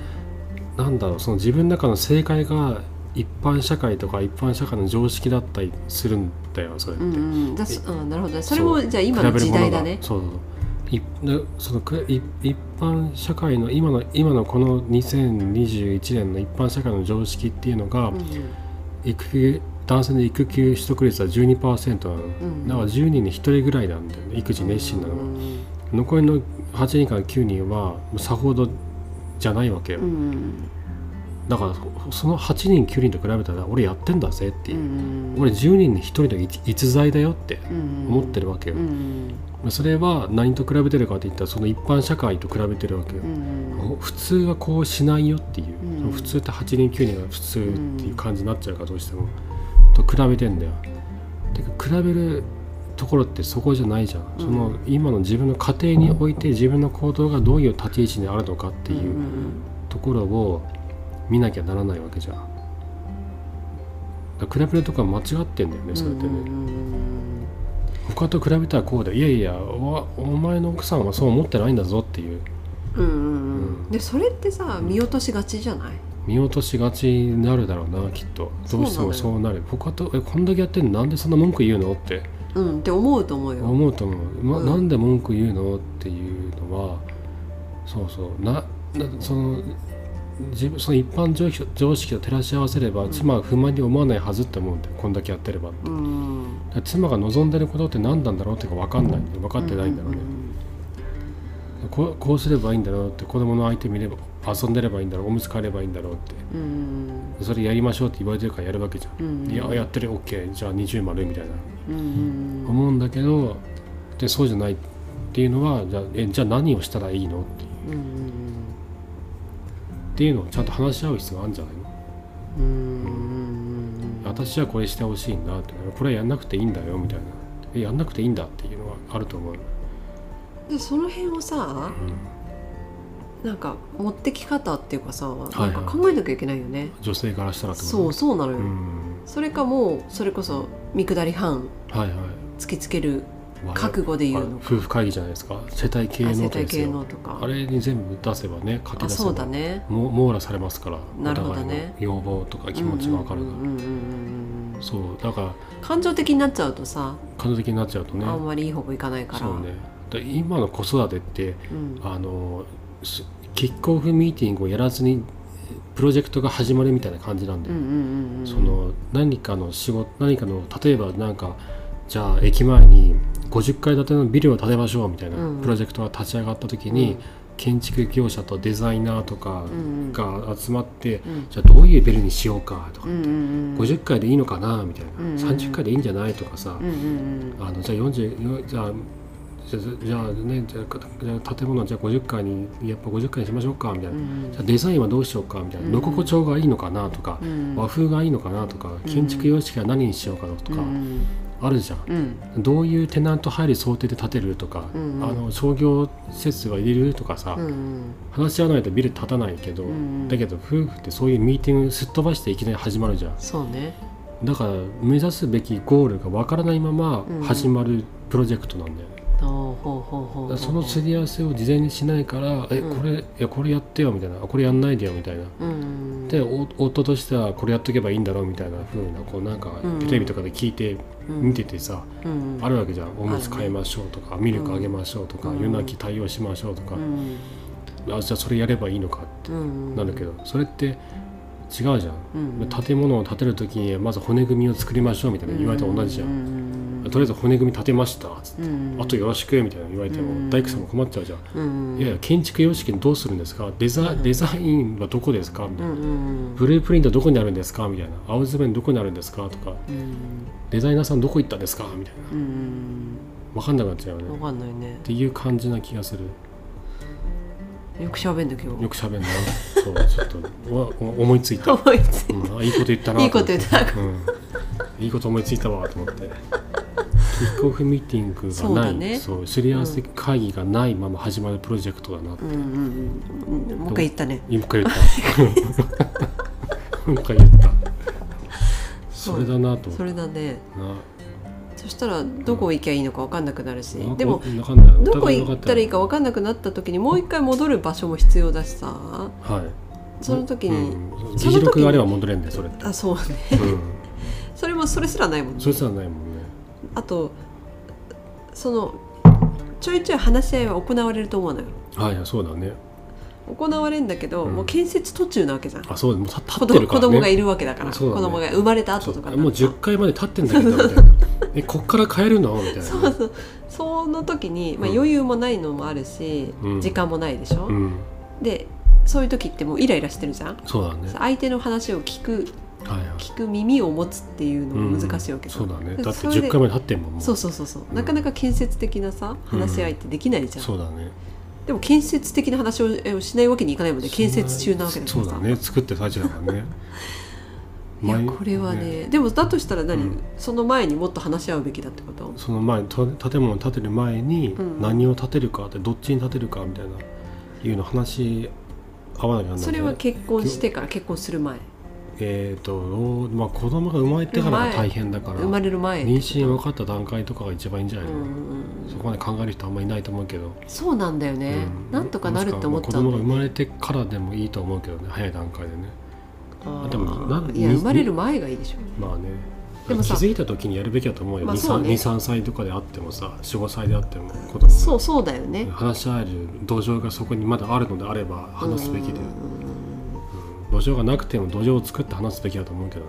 S1: なんだろうその自分の中の正解が一般社会とか一般社会の常識だったりするんだよそれって。
S2: うんうんだすあなるほどねそれもじゃあ今の
S1: 比べる
S2: 時
S1: もの
S2: 代
S1: が
S2: だね
S1: そうそうそういでそのくい一般社会の今の今のこの2021年の一般社会の常識っていうのが、
S2: うんうん
S1: 育休男性の育休取得率は12%なの、
S2: ん
S1: だから10人に1人ぐらいなんだよね育児熱心なのが、
S2: うん
S1: 残りの8人から9人はさほどじゃないわけよ、
S2: うん
S1: だからそその8人9人と比べたら俺やってんだぜって
S2: う
S1: いう、
S2: ん
S1: 俺10人に1人の逸逸材だよって思って
S2: る
S1: るわけよ
S2: う、ん
S1: まあそれは何と比べてるかって言ったらその一般社会と比べてるわけよ
S2: う、ん
S1: お普通はこうしないよっていう、
S2: うん
S1: その普通って8人9人が普通っていう感じになっちゃうからどうしても、と比べてんだよてか比べるところってそこじゃないじゃん、
S2: うん
S1: その今の自分の家庭において自分の行動がどういう立ち位置にあるのかっていううんところを見なきゃならないわけじゃんだから比べるとこは間違ってんだよねそれってね、
S2: うん
S1: 他と比べたらこうでいやいやおお前の奥さんはそう思ってないんだぞっていう
S2: うんうんでそれってさ見落としがちじゃない
S1: 見落としがちになるだろうなきっとどうしても
S2: そ
S1: そううなる他とえこんだけやってんのなんでそんな文句言うのって
S2: うんって思うと思うよ。
S1: 思うと思う、ま
S2: うん
S1: なんで文句言うのっていうのはそうそうなだその自分その一般常識常識と照らし合わせれば
S2: ん
S1: 妻は不満に思わないはずって思うんだよこんだけやってればだか
S2: うん、
S1: ら妻が望んでることって何なんだろうっていうか分かんない分かってないんだろうね、こうこうすればいいんだろうって子供の相手見れば遊んでればいいんだろうおむつ替えればいいんだろうって
S2: うんうん
S1: それやりましょうって言われてるからやるわけじゃん、
S2: うんうんうん
S1: いややってる OK じゃあ20丸みたいな
S2: うんうんうん
S1: 思うんだけどでそうじゃないっていうのはじゃあえじゃあ何をしたらいいのっていう
S2: うん
S1: っていうのをちゃんと話し合う必要があるんじゃないの
S2: うんうんうんうん
S1: 私はこれしてほしいんだってこれやんなくていいんだよみたいなえやんなくていいんだっていうのはあると思う、
S2: でその辺をさ
S1: うん
S2: なんか持ってき方っていうかさなん
S1: はい
S2: か考えなきゃいけないよね、
S1: 女性からしたらってこと
S2: そうそうなのよ、
S1: うん
S2: それかもうそれこそ見下り班
S1: はいはい
S2: 突きつける
S1: わ
S2: 覚悟で言う
S1: あ
S2: の
S1: 夫婦会議じゃないですか世帯系
S2: あ
S1: の
S2: 生
S1: とで
S2: 態
S1: す
S2: 系
S1: よ
S2: のとか
S1: あれに全部出せばね書き
S2: あ
S1: 出せば
S2: そうだね
S1: も網羅されますから
S2: なるほどね
S1: お互いの要望とか気持ちが分かる
S2: う
S1: か
S2: ん
S1: ら、
S2: うんうんうんうんうん
S1: そうだから
S2: 感情的になっちゃうとさ、
S1: 感情的になっちゃうとね
S2: あんまりいい方向いかないから
S1: そうねだ今の子育てって
S2: うん
S1: あのすキックオフミーティングをやらずにプロジェクトが始まるみたいな感じなんで、
S2: うんうんうんうん
S1: その何かの仕事何かの例えばなんかじゃあ駅前に50階建てのビルを建てましょうみたいな
S2: うん
S1: プロジェクトが立ち上がった時に、建築業者とデザイナーとか
S2: うん
S1: が集まって、
S2: うん
S1: じゃあどういうビルにしようかとか、
S2: うんうんうん
S1: 50回でいいのかなみたいな、
S2: うんうんうん
S1: 30回でいいんじゃないとかさ、
S2: うんうん
S1: あのじゃあ40じゃあじゃあじゃあねじゃあじゃあ建物じゃあ50回にやっぱ50回にしましょうかみたいな、
S2: うんうん
S1: じゃあデザインはどうしようかみたいな、
S2: うん
S1: ロココ調がいいのかなとか
S2: う、ん
S1: 和風がいいのかなとか建築様式は何にしようかとか、
S2: うん
S1: あるじゃん。
S2: うん
S1: どういうテナント入り想定で建てるとか、
S2: うんうん
S1: あの商業施設は入れるとかさ、
S2: うんうん
S1: 話し合わないとビル建たないけど、
S2: うんうん
S1: だけど夫婦ってそういうミーティングすっ飛ばしていきなり始まるじゃん
S2: そうね
S1: だから目指すべきゴールがわからないまま始まるプロジェクトなんだよね、
S2: ほうほうほうほ
S1: だか
S2: うほう
S1: らそのすり合わせを事前にしないから「え
S2: うん
S1: これいやこれやってよ」みたいなあ「これやんないでよ」みたいな。
S2: うん
S1: でお夫としてはこれやっとけばいいんだろうみたいな風なこうなんか
S2: うんうん
S1: テレビとかで聞いて
S2: うん
S1: 見ててさ、
S2: うん
S1: あるわけじゃんおむつ
S2: あるね
S1: 買いましょうとかミルクあげましょうとか、
S2: うん
S1: 夜泣き対応しましょうとか
S2: う、ん
S1: あじゃあそれやればいいのかって
S2: うん
S1: なるけど、それって違うじゃん、
S2: うん
S1: 建物を建てる時にまず骨組みを作りましょうみたいな言われても同じじゃん、とりあえず骨組み建てましたつって、あとよろしくみたいな言われても、
S2: うん
S1: 大工さんも困っちゃうじゃん、
S2: うん
S1: いやいや建築様式どうするんですかデザ,、
S2: うん
S1: デザインはどこですかみた
S2: う
S1: いな、
S2: んうん
S1: ブループリントどこにあるんですかみたいな青図面どこにあるんですかとか
S2: うん
S1: デザイナーさんどこ行ったんですかみたいな
S2: うん
S1: 分かんなくなっちゃうよね、
S2: わ
S1: っ
S2: かんないね
S1: ていう感じな気がする
S2: よく喋んだ今
S1: よ
S2: 日
S1: く喋んなそうちょっとわお思いついた、
S2: 思いつい
S1: うん、あいいこと言ったな
S2: たいいこと言
S1: っ
S2: ってた
S1: た、うん、いいこと思いついたわと思ってキックオフミーティングがない
S2: そうだね
S1: そうすり合わせ会議がないまま始まるプロジェクトだなって
S2: うんうんうんもう一回言ったね
S1: 今から言った。今から言った。
S2: そ
S1: そうれだなと思っ
S2: そ
S1: た
S2: れだね
S1: な。
S2: そしたらどこ行きゃいいのかわかんなくなるし
S1: な
S2: でも
S1: わかんない
S2: どこ行ったらいいか分
S1: ん
S2: かんなくなった時にもう一回戻る場所も必要だしさ
S1: ない。はい。
S2: その時に、
S1: うん議
S2: その時に
S1: 事録があれば戻れんだよ、それって。
S2: あそうね
S1: う
S2: それもそれすらないもん
S1: ん。
S2: ね
S1: それすらないもんね。
S2: あとそのちょいちょい話し合いは行われると思うのよ
S1: はい、そうだね。
S2: 行われるんだけど、
S1: うん
S2: もう建設途中なわけじゃん
S1: あ、そう、もうた立
S2: 子
S1: って
S2: 供
S1: るか
S2: 子
S1: ら
S2: 供が
S1: ね。
S2: いるわけだから
S1: そうだね
S2: 子供が生まれた
S1: そ
S2: 後
S1: う
S2: とか
S1: もう
S2: にさ
S1: 10回まで立ってんだけどみたいな。え、こっから帰るのみたいな。
S2: そうそうその時に、まあ、
S1: うん
S2: 余裕もないのもあるし、
S1: うん
S2: 時間もないでしょ、
S1: うん。
S2: でそういう時ってもうイライラしてるじゃん
S1: そうだね。
S2: 相手の話を聞く
S1: はいはい。
S2: 聞く耳を持つっていうのも難しいわけ
S1: うん
S2: さ
S1: そうだね。
S2: で
S1: だって
S2: それ
S1: 10
S2: で
S1: 回まで立ってんもん。もう
S2: そうそうそうそう、
S1: ん
S2: なかなか建設的なさ話し合いってできないじゃん、
S1: そうだね。
S2: でも建設的な話をえしないわけにいかないもんね建設中なわけだか
S1: そ
S2: ら
S1: う
S2: さ
S1: だね作ってる最中だからね
S2: いやこれはねでもだとしたら何、
S1: うん
S2: その前にもっと話し合うべきだってこと
S1: その前と建物を建てる前に
S2: うん
S1: 何を建てるかってどっちに建てるかみたいないうの話合わなきゃなんないね
S2: それは結婚してから結婚する前
S1: えっ、と、どうまあ、子供が生まれてからが大変だから
S2: 生まれる前
S1: 妊娠分かった段階とかが一番いいんじゃな
S2: う
S1: い
S2: ん
S1: の、
S2: うんうん
S1: そこまで考える人あんまりいないと思うけど、
S2: そうなんだよね、
S1: うん
S2: なんとかなるって思っちゃ
S1: も
S2: う
S1: しくはまあ子供が
S2: ん
S1: 生まれてからでもいいと思うけどね早い段階でね
S2: だよ
S1: でもなん
S2: あーいや
S1: に
S2: 生まれる前がいいでしょ
S1: まあね
S2: でも
S1: 気
S2: さ
S1: づいた時にやるべきだと思うよ、
S2: まあ
S1: 23
S2: そうね
S1: 23歳とかであってもさ45歳であっても子供
S2: そうそうだよね
S1: 話し合える土壌がそこにまだあるのであれば話すべきで、
S2: うん
S1: うん土壌がなくても土壌を作って話すべきだと思うけどね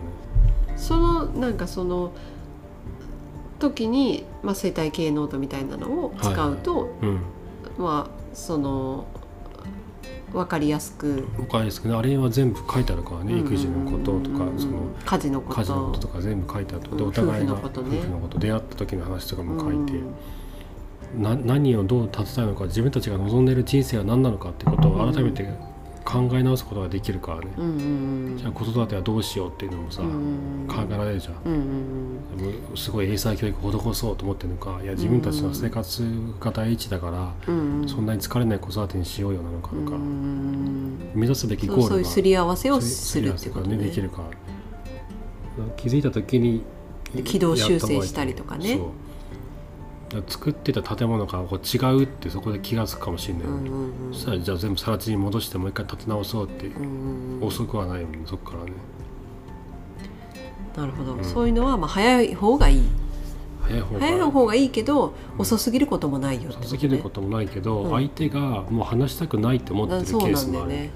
S2: そのなんかその時に、まあ、生態系ノートみたいなのを使うと、
S1: うん
S2: まあその分かりやすく、
S1: おかりですけどねあれは全部書いてあるからね、育児のこととか
S2: うん
S1: その
S2: 家事のこと
S1: 家事のこととか全部書いてあって、
S2: うん
S1: お互いが
S2: 夫婦のことね
S1: 夫婦のこと出会った時の話とかも書いて、
S2: うん
S1: な何をどう立てたいのか自分たちが望んでいる人生は何なのかってことを改めて考え直すことができるからね、
S2: うんうん
S1: じゃあ子育てはどうしようっていうのもさ、
S2: うん
S1: 考えられるじゃん。
S2: うんうん
S1: でもすごい英才教育を施そうと思ってるのかいや自分たちの生活が第一だから、
S2: うんうん
S1: そんなに疲れない子育てにしようよなのかと
S2: うん
S1: か、
S2: うん
S1: 目指すべきゴ
S2: そう
S1: ー
S2: そう
S1: ル
S2: いう
S1: が
S2: すり合わせを
S1: す
S2: す
S1: り
S2: る
S1: 合
S2: っ
S1: わ
S2: て
S1: せ
S2: こと
S1: か
S2: ね
S1: ねできるから気づいた時に
S2: 軌道修正したりとか
S1: やった方がいい
S2: ね
S1: そうだから作ってた建物がこう違うってそこで気が付くかもしれない、
S2: うんうんうん
S1: そしたらじゃあ全部更地に戻してもう一回立て直そうって、
S2: うんうん
S1: 遅くはないもんねそこからね
S2: なるほど、
S1: ん
S2: そういうのはまあ早い方がいい
S1: 早い方が
S2: 早い方がいいけど遅すぎることもないよってこと、ね、
S1: 遅すぎることもないけど、
S2: うん
S1: 相手がもう話したくないって思ってる
S2: うん
S1: ケ
S2: そう
S1: ー
S2: な
S1: ス
S2: んだ
S1: も
S2: よ
S1: ある
S2: ね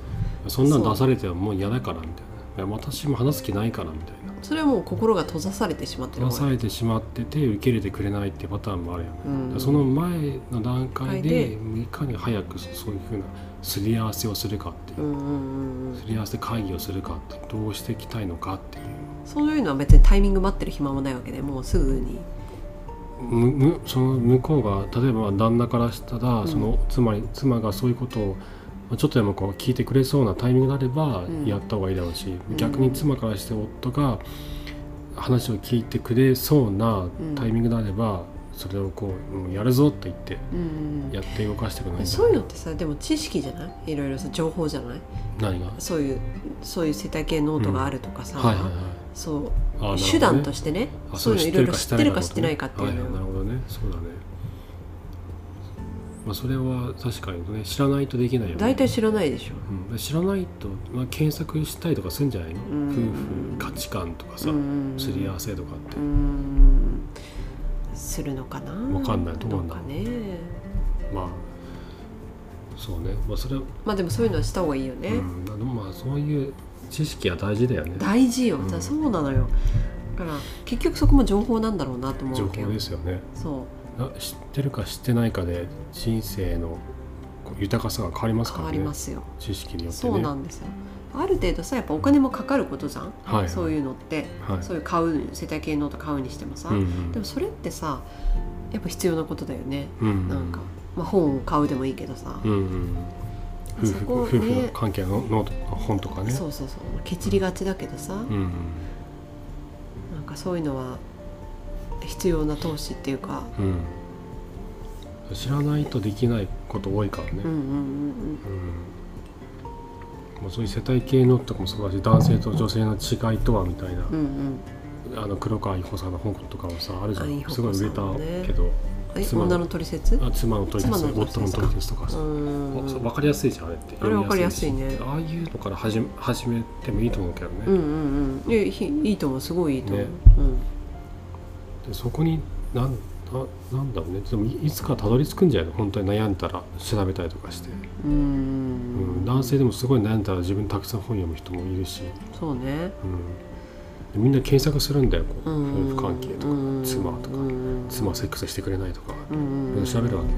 S1: そんなん出されてはもう嫌だからみたいないや私も話す気ないからみたいな
S2: それはもう心が閉ざされてしまって
S1: 出
S2: る方
S1: さ
S2: が
S1: れてしまってて受け入れてくれないってパターンもあるよね、
S2: うん
S1: その前の段階で
S2: で
S1: いかに早くそういうふうなすり合わせをするかっていうう、
S2: んうんうん
S1: すり合わせ会議をするかっていうどうしていきたいのかっていう
S2: そういうのは別にタイミング待ってる暇もないわけでもうすぐに
S1: むむその向こうが例えば旦那からしたら、
S2: ん
S1: その妻に妻がそういうことをまあちょっとでもこう聞いてくれそうなタイミングがあれば
S2: うん
S1: やった方がいいだろうし、
S2: ん
S1: 逆に妻からして夫が話を聞いてくれそうなタイミングであれば、それをこううんやるぞと言って
S2: うん
S1: やって動かしてくれない
S2: そういうのってさでも知識じゃないいろいろさ情報じゃない
S1: 何が
S2: そういうそういう生態系ノートがあるとかさ、
S1: はいはいはい
S2: そう
S1: あなるほどね
S2: 手段としてね
S1: あ
S2: そういうのいろいろ知ってるか知
S1: っ
S2: ってて
S1: な
S2: ないい
S1: か
S2: か
S1: っ
S2: ってて
S1: い
S2: いうう
S1: のは、はいはいなるほ
S2: の
S1: どねそうだね、まあ、それは確かにね知らないとできないよね
S2: 大体知らないでしょ
S1: うん、知らないと、まあ、検索したりとかするんじゃないの、
S2: ん
S1: 夫婦価値観とかさ、
S2: うん
S1: すり合わせとかって
S2: う、んするのかな
S1: わかんないどうなんだ
S2: か
S1: ろう
S2: ね
S1: まあそうねまあそれは、
S2: まあでもそういうのはした方がいいよね、
S1: うん、でもまあそういう知識は大事だよね
S2: 大事よ、
S1: うん
S2: だそうなのよだから結局そこも情報なんだろうなと思
S1: 情
S2: うわけ
S1: 報
S2: ど
S1: ですよね
S2: そ
S1: な知ってるか知ってないかで人生のこう豊かさが変わります
S2: う
S1: か
S2: 変
S1: ら
S2: わ
S1: ね
S2: りますよ、
S1: 知識によってね
S2: そうなんですよある程度さやっぱお金もかかることじゃん、
S1: はい
S2: そういうのって、
S1: はい
S2: そういう買う世帯系ノート買うにしてもさ、
S1: うん
S2: でもそれってさやっぱ必要なことだよね、
S1: うんうん
S2: なんか、まあ、本を買うでもいいけどさ、
S1: うんうん夫
S2: そ
S1: 婦
S2: こ
S1: 夫
S2: を
S1: 婦
S2: ね
S1: の関係のノート本とかね
S2: そうそうそうケチりがちだけどさ、
S1: うんうん
S2: なんかそういうのは必要な投資っていうか、
S1: うん、知らないとできないこと多いからね、
S2: うんうん
S1: うんまあ、そういう世帯系のとかもそうだし男性と女性の違いとはみたいな、
S2: うんうんうん
S1: あの黒川伊保さんの本とかもさあるじゃ
S2: あ伊
S1: ん、
S2: 保
S1: すごい売れた
S2: さんね
S1: けど、
S2: え
S1: 妻の
S2: 女の取説う
S1: あ妻の取り
S2: 妻の
S1: 夫
S2: 取
S1: の
S2: 説か
S1: 取りですとかさ、
S2: ん
S1: あそう分かりやすいじゃんあれって
S2: あれ分かりやすいね
S1: 読みしああいうのから始め始めてもいいと思うけどね、
S2: うんうんうんいやひいいと思うすごいいいと思う、
S1: ねでそこになんななんだろうねでもいいつかたどり着くんじゃないの本当に悩んだら調べたりとかして、
S2: うん
S1: う
S2: うん
S1: ん、男性でもすごい悩んだら自分たくさん本読む人もいるし、
S2: そうね
S1: うん、みんな検索するんだよこう
S2: うん
S1: 夫婦関係とか
S2: うん
S1: 妻とか
S2: うん
S1: 妻はセックスしてくれないとか
S2: う
S1: い
S2: ん
S1: ろいろ調べるわけよ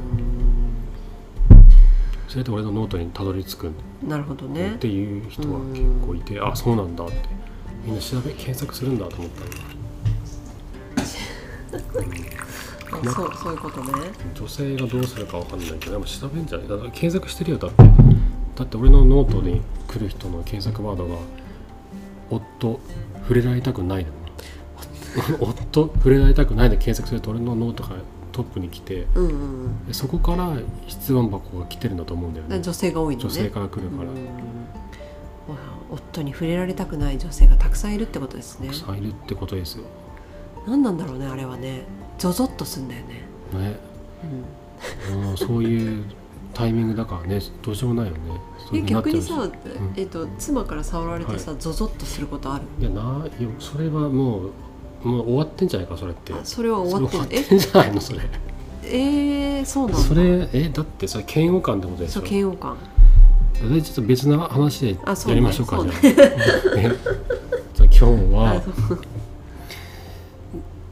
S1: それで俺のノートにたどり着く
S2: なるほど
S1: っ
S2: ね
S1: ていう人は結構いてあそうなんだってみんな調べ検索するんだと思った
S2: あそうそういうことね
S1: 女性がどうするかわかんないけどでも調べんじゃないだから検索してるよだってだって俺のノートに来る人の検索ワードが「夫触れられたくない」だもん 夫触れられたくない」で検索すると俺のノートがトップに来て
S2: うんうんうん
S1: でそこから質問箱が来てるんだと思うんだよ
S2: だから
S1: ね
S2: 女性が多いのね
S1: 女性から来るから、
S2: うんほら夫に触れられたくない女性がたくさんいるってことですね
S1: たくさんいるってことですよ
S2: 何なんだろうねあれはねゾゾッとすんだよね、
S1: ね
S2: うん
S1: もうそういうタイミングだからねどうしようもないよねそうい
S2: え
S1: うふうになっ
S2: 逆
S1: てる
S2: に
S1: し
S2: さ、えっと妻から触られてさ、
S1: は
S2: ゾゾッとすることある
S1: いやないよそれはもうもう終わってんじゃないかそれって
S2: あそれは終わって
S1: それ終わ
S2: るえ
S1: ってんじゃないのそれ
S2: えー、そうなんだ
S1: それえだってそれ嫌悪感ってことでし
S2: そ
S1: ょ
S2: う嫌悪感
S1: でちょっと別の話で
S2: あ
S1: や
S2: そうね
S1: りましょうか
S2: そう
S1: じ
S2: ね
S1: ゃあねじゃあ今日
S2: あ
S1: は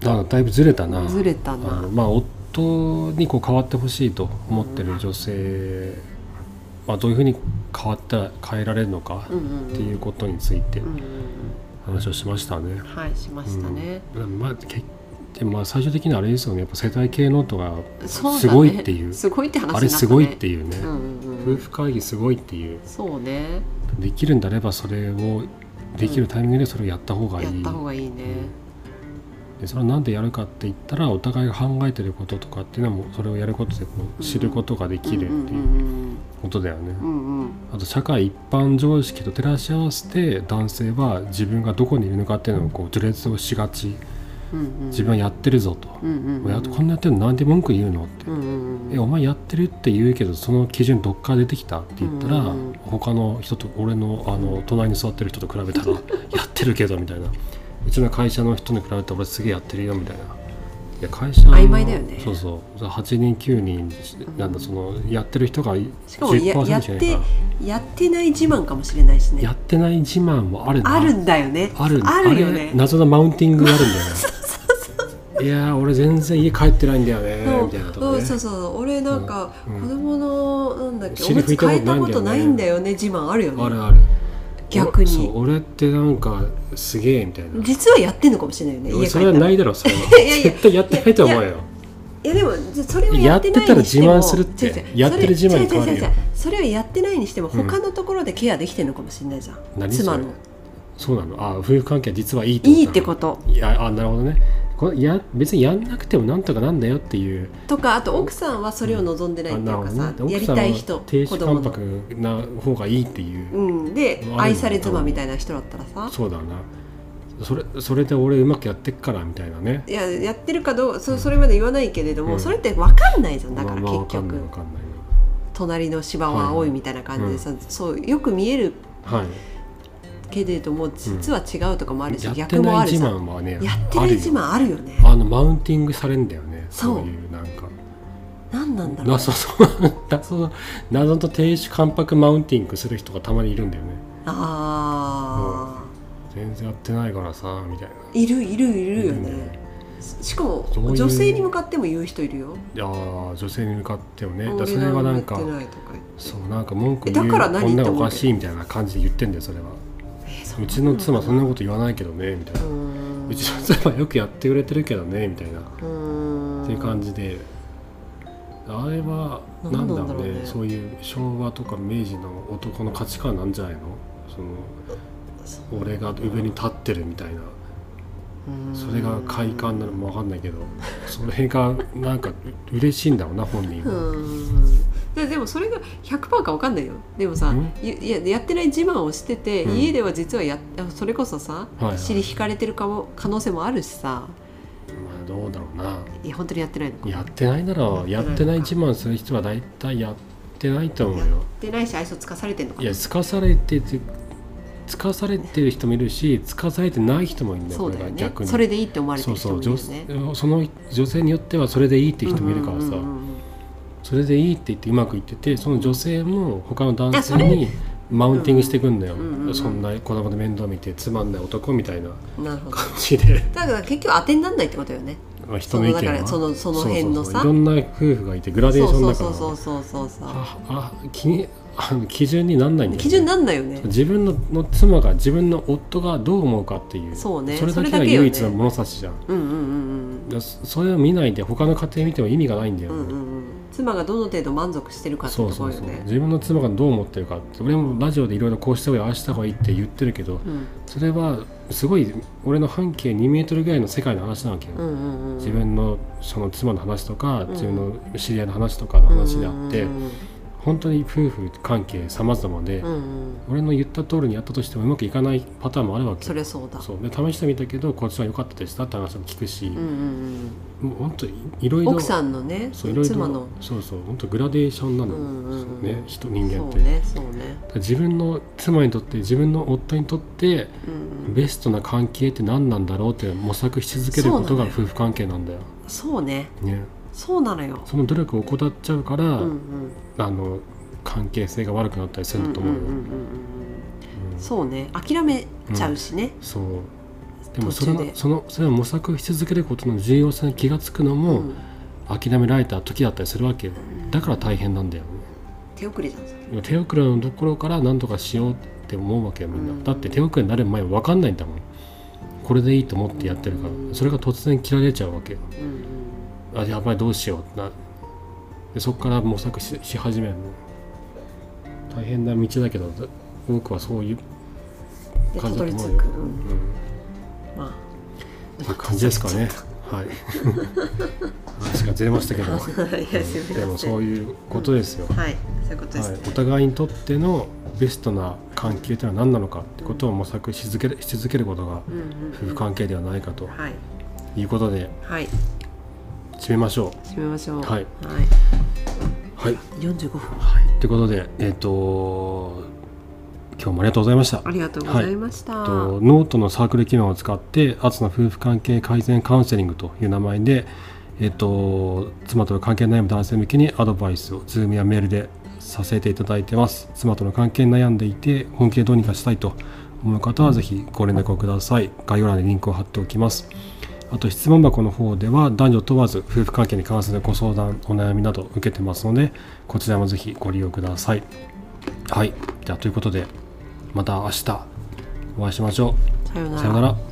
S1: なんかだいぶずれたな
S2: ずれた
S1: あ
S2: な
S1: のまあ夫にこう変わってほしいと思ってる女性、まあ、どういうふうに変わったら変えられるのか
S2: うんうんうん
S1: っていうことについて
S2: うんうん
S1: 話をしましたね
S2: うん。はいしましたね、
S1: うんまあけでもまあ最終的にはあれですよねやっぱ世帯系のとか
S2: そうだね
S1: すごいっていう
S2: すごいって話に
S1: あ
S2: なった、ね、
S1: れすごいっていうね、
S2: うんうんう
S1: 夫
S2: ん
S1: 婦会議すごいっていう
S2: そうね
S1: できるんであればそれをできるタイミングでそれをやった方がいい、
S2: やった方がいいね
S1: でそれはなんでやるかって言ったらお互いが考えてることとかっていうのはもうそれをやることでこう知ることができるって
S2: う
S1: いうんことだよね、
S2: うんうんうん
S1: あと社会一般常識と照らし合わせて男性は自分がどこにいるのかっていうのをこう序列をしがち
S2: うんうんうん
S1: 自分はやってるぞと、
S2: うんうんうん
S1: やっとこんなやってるのなんで文句言うのって、
S2: うんうんうん
S1: えお前やってるって言うけどその基準どっから出てきたって言ったら、
S2: うんうんうん
S1: 他の人と俺のあの隣に座ってる人と比べ たらやってるけどみたいなうちの会社の人に比べたら俺すげえやってるよみた いな。いや会社の
S2: 曖昧だよね
S1: そうそう8人9人なんだ、
S2: うん
S1: そのやってる人が
S2: しかもやや
S1: 10%
S2: っ
S1: じゃない
S2: て
S1: から
S2: やってない自慢かもしれないしね
S1: やってない自慢もあるな
S2: あるんだよね
S1: ある
S2: あるよね
S1: あれ謎のマウンティングがあるんだよ ねいやー俺全然家帰ってないんだよねみたいなと
S2: そう
S1: か
S2: う
S1: ね
S2: んそうそう俺なんか
S1: うん
S2: 子供のなんだっけお
S1: 尻
S2: む
S1: 拭
S2: つ
S1: いたこと
S2: 変えたこと
S1: な
S2: ないい
S1: ん
S2: ん
S1: だ
S2: だ
S1: よ
S2: よね自慢あるよ
S1: あ
S2: ね
S1: るある
S2: 逆に
S1: そう俺ってなんかすげえみたいな
S2: 実はやってんのかもしれないよね
S1: 俺
S2: 家
S1: そ
S2: 帰
S1: れは
S2: ったら
S1: ないいだろそれは
S2: いやいや
S1: 絶対やってないと思う
S2: い
S1: よ
S2: やでもそれをやって
S1: やっ
S2: な
S1: て
S2: い
S1: たら
S2: にしても
S1: 自慢するって
S2: 違う違う
S1: やってる自慢に
S2: それ
S1: 変わるよ
S2: 違う違う違うそれをやってないにしても
S1: うん
S2: 他のところでケアできてるのかもしれないじゃん、
S1: 何そ
S2: 妻
S1: れ
S2: の
S1: そうなのあ夫婦関係は実はいいってこと
S2: いいってこと
S1: といやあなるほどねこれや別にやんなくてもなんとかなんだよっていう
S2: とかあと奥さんはそれを望んでないっていうかさ、
S1: あなるほどね
S2: やりたい人
S1: 奥さんは亭
S2: 子
S1: 主
S2: 供
S1: 関
S2: の、
S1: 白な方がいいっていう、
S2: うん、で
S1: もある
S2: 愛され妻みたいな人だったらさ
S1: そうだなそれそれで俺うまくやってっからみたいなね
S2: いややってるかどうそそれまで言わないけれども、
S1: うん
S2: それって分かんないじゃんだから
S1: まあまあ、
S2: 結
S1: わ
S2: 局、
S1: かんない
S2: 隣の芝は青いみたいな感じでさ、そうよく見える
S1: わかんない
S2: けれども実は違うとかもあるし、
S1: はいやって
S2: 逆も
S1: な
S2: あ
S1: い
S2: るじ
S1: 自
S2: ゃん
S1: 慢はね
S2: やってない
S1: あ
S2: 自
S1: るよ
S2: 慢あるよね
S1: あのマウンティングされんだよね
S2: そう
S1: そういうなんか
S2: 何なんだろう
S1: 謎そう謎の謎と亭主関白マウンティングする人がたまにいるんだよね
S2: あ
S1: 全然やってないからさみたいな
S2: ーいるいるい
S1: い
S2: るよねしかも
S1: そういう
S2: 女性に向かっても言う人いるよ
S1: いやー女性に向かってもねだから
S2: 俺
S1: それはなん
S2: 何
S1: か
S2: も言ってないとか言って
S1: そうなんか文句言
S2: え
S1: う
S2: だから
S1: 女
S2: 何って
S1: がお
S2: 思うけど
S1: かしいみたいな感じで言ってんだよそれは
S2: えーそん
S1: う
S2: な
S1: ちの妻そんなこと言わないけどねみたいな
S2: うーん
S1: うちの妻よくやってくれてるけどねみたいなっ
S2: うーん
S1: ていう感
S2: じ
S1: じであれはな
S2: なんん
S1: だ
S2: だ
S1: ろ
S2: ろ
S1: う
S2: うね
S1: ねそういう昭和とか明治の男の価値観なんじゃないのその俺が上に立ってるみたいなそれが快感なのも分かんないけどそれがなんかう嬉しいんだろうな本人
S2: う
S1: は。
S2: んででもそれが100%かわかんないよでもさ
S1: ん
S2: いいややってない自慢をしてて、
S1: うん
S2: 家では実はやそれこそさ、
S1: いはい
S2: 尻引かれてるかも可能性もあるしさ
S1: まあどうだろうない
S2: や本当にやってないのか
S1: やってないならや
S2: や
S1: っ
S2: ってて
S1: な
S2: ないい
S1: 自慢する人は大体やってないと思うよ
S2: や。ってないし愛想つかされてんのか
S1: い
S2: な
S1: やつかされててつかされてる人もいるしつかされてない人もいるんだよ
S2: そうだ
S1: こ
S2: よ
S1: れが
S2: ね
S1: 逆に
S2: それでいいって思われて
S1: そう
S2: る人
S1: そ
S2: も
S1: う
S2: いるよ
S1: 女
S2: ね
S1: その女性によってはそれでいいって人もいるからさ、
S2: うんうんうん
S1: それでいいって言ってうまくいっててその女性も他の男
S2: あ
S1: 性
S2: それ
S1: にマウンティングしてくんだよ、
S2: うんうんうん
S1: そんな子供で面倒見てつまんない男みたいな
S2: うんなるほど
S1: 感じ で、
S2: だから結局当てにならないってことよね
S1: まあ人の意見は
S2: そのだからそのその辺
S1: そ
S2: のさ
S1: うそうそういろんな夫婦がいてグラデーション
S2: そ
S1: だ
S2: う
S1: か
S2: そ
S1: ら
S2: うそうそうそうそう
S1: ああ気にあの基準になんないんだよね
S2: 基準なんないよね
S1: 自分のの妻が自分の夫がどう思うかっていう
S2: そうね
S1: れだけ
S2: それ
S1: が
S2: だけよね
S1: 唯一の物差しじゃん
S2: うんうんう
S1: だ
S2: ん
S1: からそそれを見ないで他の家庭見ても意味がないんだよ、
S2: うんうんうんうん妻がどの程度満足してるかって
S1: そう
S2: とこ
S1: そ
S2: ろ
S1: う
S2: よ
S1: そう、
S2: ね
S1: 自分の妻がどう思ってるかって俺もラジオでいろいろこうした方がいいああした方がいいって言ってるけど
S2: うん
S1: それはすごい俺の半径2メートルぐらいの世界の話なわけよ、
S2: うんうんうん
S1: 自分のその妻の話とか、自分の知り合いの話とかの話であって、
S2: うんうんうん
S1: 本当に夫婦関係様々で、
S2: うんうん
S1: 俺の言った通りにやったとしてもうまくいかないパターンもあるわけ
S2: それそうだ
S1: そうで試してみたけどこっちは良かったでしたって話も聞くし、
S2: うんうん
S1: もう本当いいろ
S2: う
S1: い
S2: ん、
S1: ろ
S2: 奥さんのね
S1: そういろいろ
S2: 妻の
S1: そうそう本当グラデーションなの、
S2: うんうんうん
S1: そうね人人間っ
S2: そ
S1: て、
S2: うねそうね、
S1: だから自分の妻にとって自分の夫にとって
S2: うんうん、
S1: ベストな関係って何なんだろうって模索し続けることが
S2: そうなのよ
S1: 夫婦関係なんだよ、
S2: そうね
S1: ね、
S2: そうなのよ、
S1: その努力を怠っちゃうから、
S2: うんうん、
S1: あの関係性が悪くなったりするんだと思うよ、
S2: んんん
S1: う
S2: うんんそうね諦めちゃうしね、
S1: そうで
S2: 途
S1: もそれ
S2: 中
S1: の
S2: で
S1: そのそれを模索し続けることの重要さに気が付くのも、
S2: うん
S1: 諦められた時だったりするわけよだから大変なんだよね
S2: 手遅れじゃんそれ
S1: 手遅れのところから何とかしようって思うわけよみんな、
S2: うん
S1: だって手遅れになる前は分かんないんだもんこれでいいと思ってやってるから、それが突然切られちゃうわけよ
S2: うんうん
S1: あやばいどうしようってなでそこから模索しし始めるの大変な道だけどだ僕はそういう
S2: でた
S1: 感じ
S2: ど
S1: だと
S2: り着
S1: 思うよ
S2: く、うん
S1: うん
S2: ま
S1: っていう感じですかね。はい。 話がずれましたけど。
S2: あ いや すみません
S1: でもそういうことですよ。
S2: あ
S1: は
S2: はいそういうことです、
S1: い。お互いにとってのベストな関係というのは何なのかってことを模索し続けるし続けることが
S2: うんうんうん
S1: 夫婦関係ではないかと
S2: はい
S1: いうことで
S2: はい
S1: 締めましょ
S2: 締めましょう
S1: はい
S2: は
S1: う。はい。
S2: い、45分
S1: はい。ということでえっ、と今日もありがとうございました。
S2: ありがとうございました、
S1: えっ
S2: は
S1: とノートのサークル機能を使って「アツの夫婦関係改善カウンセリング」という名前で、えっと妻との関係悩む男性向けにアドバイスを Zoom やメールでさせていただいてます妻との関係に悩んでいて本気でどうにかしたいと思う方はぜひご連絡をください概要欄にリンクを貼っておきますあと質問箱の方では男女問わず夫婦関係に関するご相談お悩みなど受けてますのでこちらもぜひご利用くださいはいじゃあということでまた明日お会いしましょう
S2: さよう
S1: さよなら。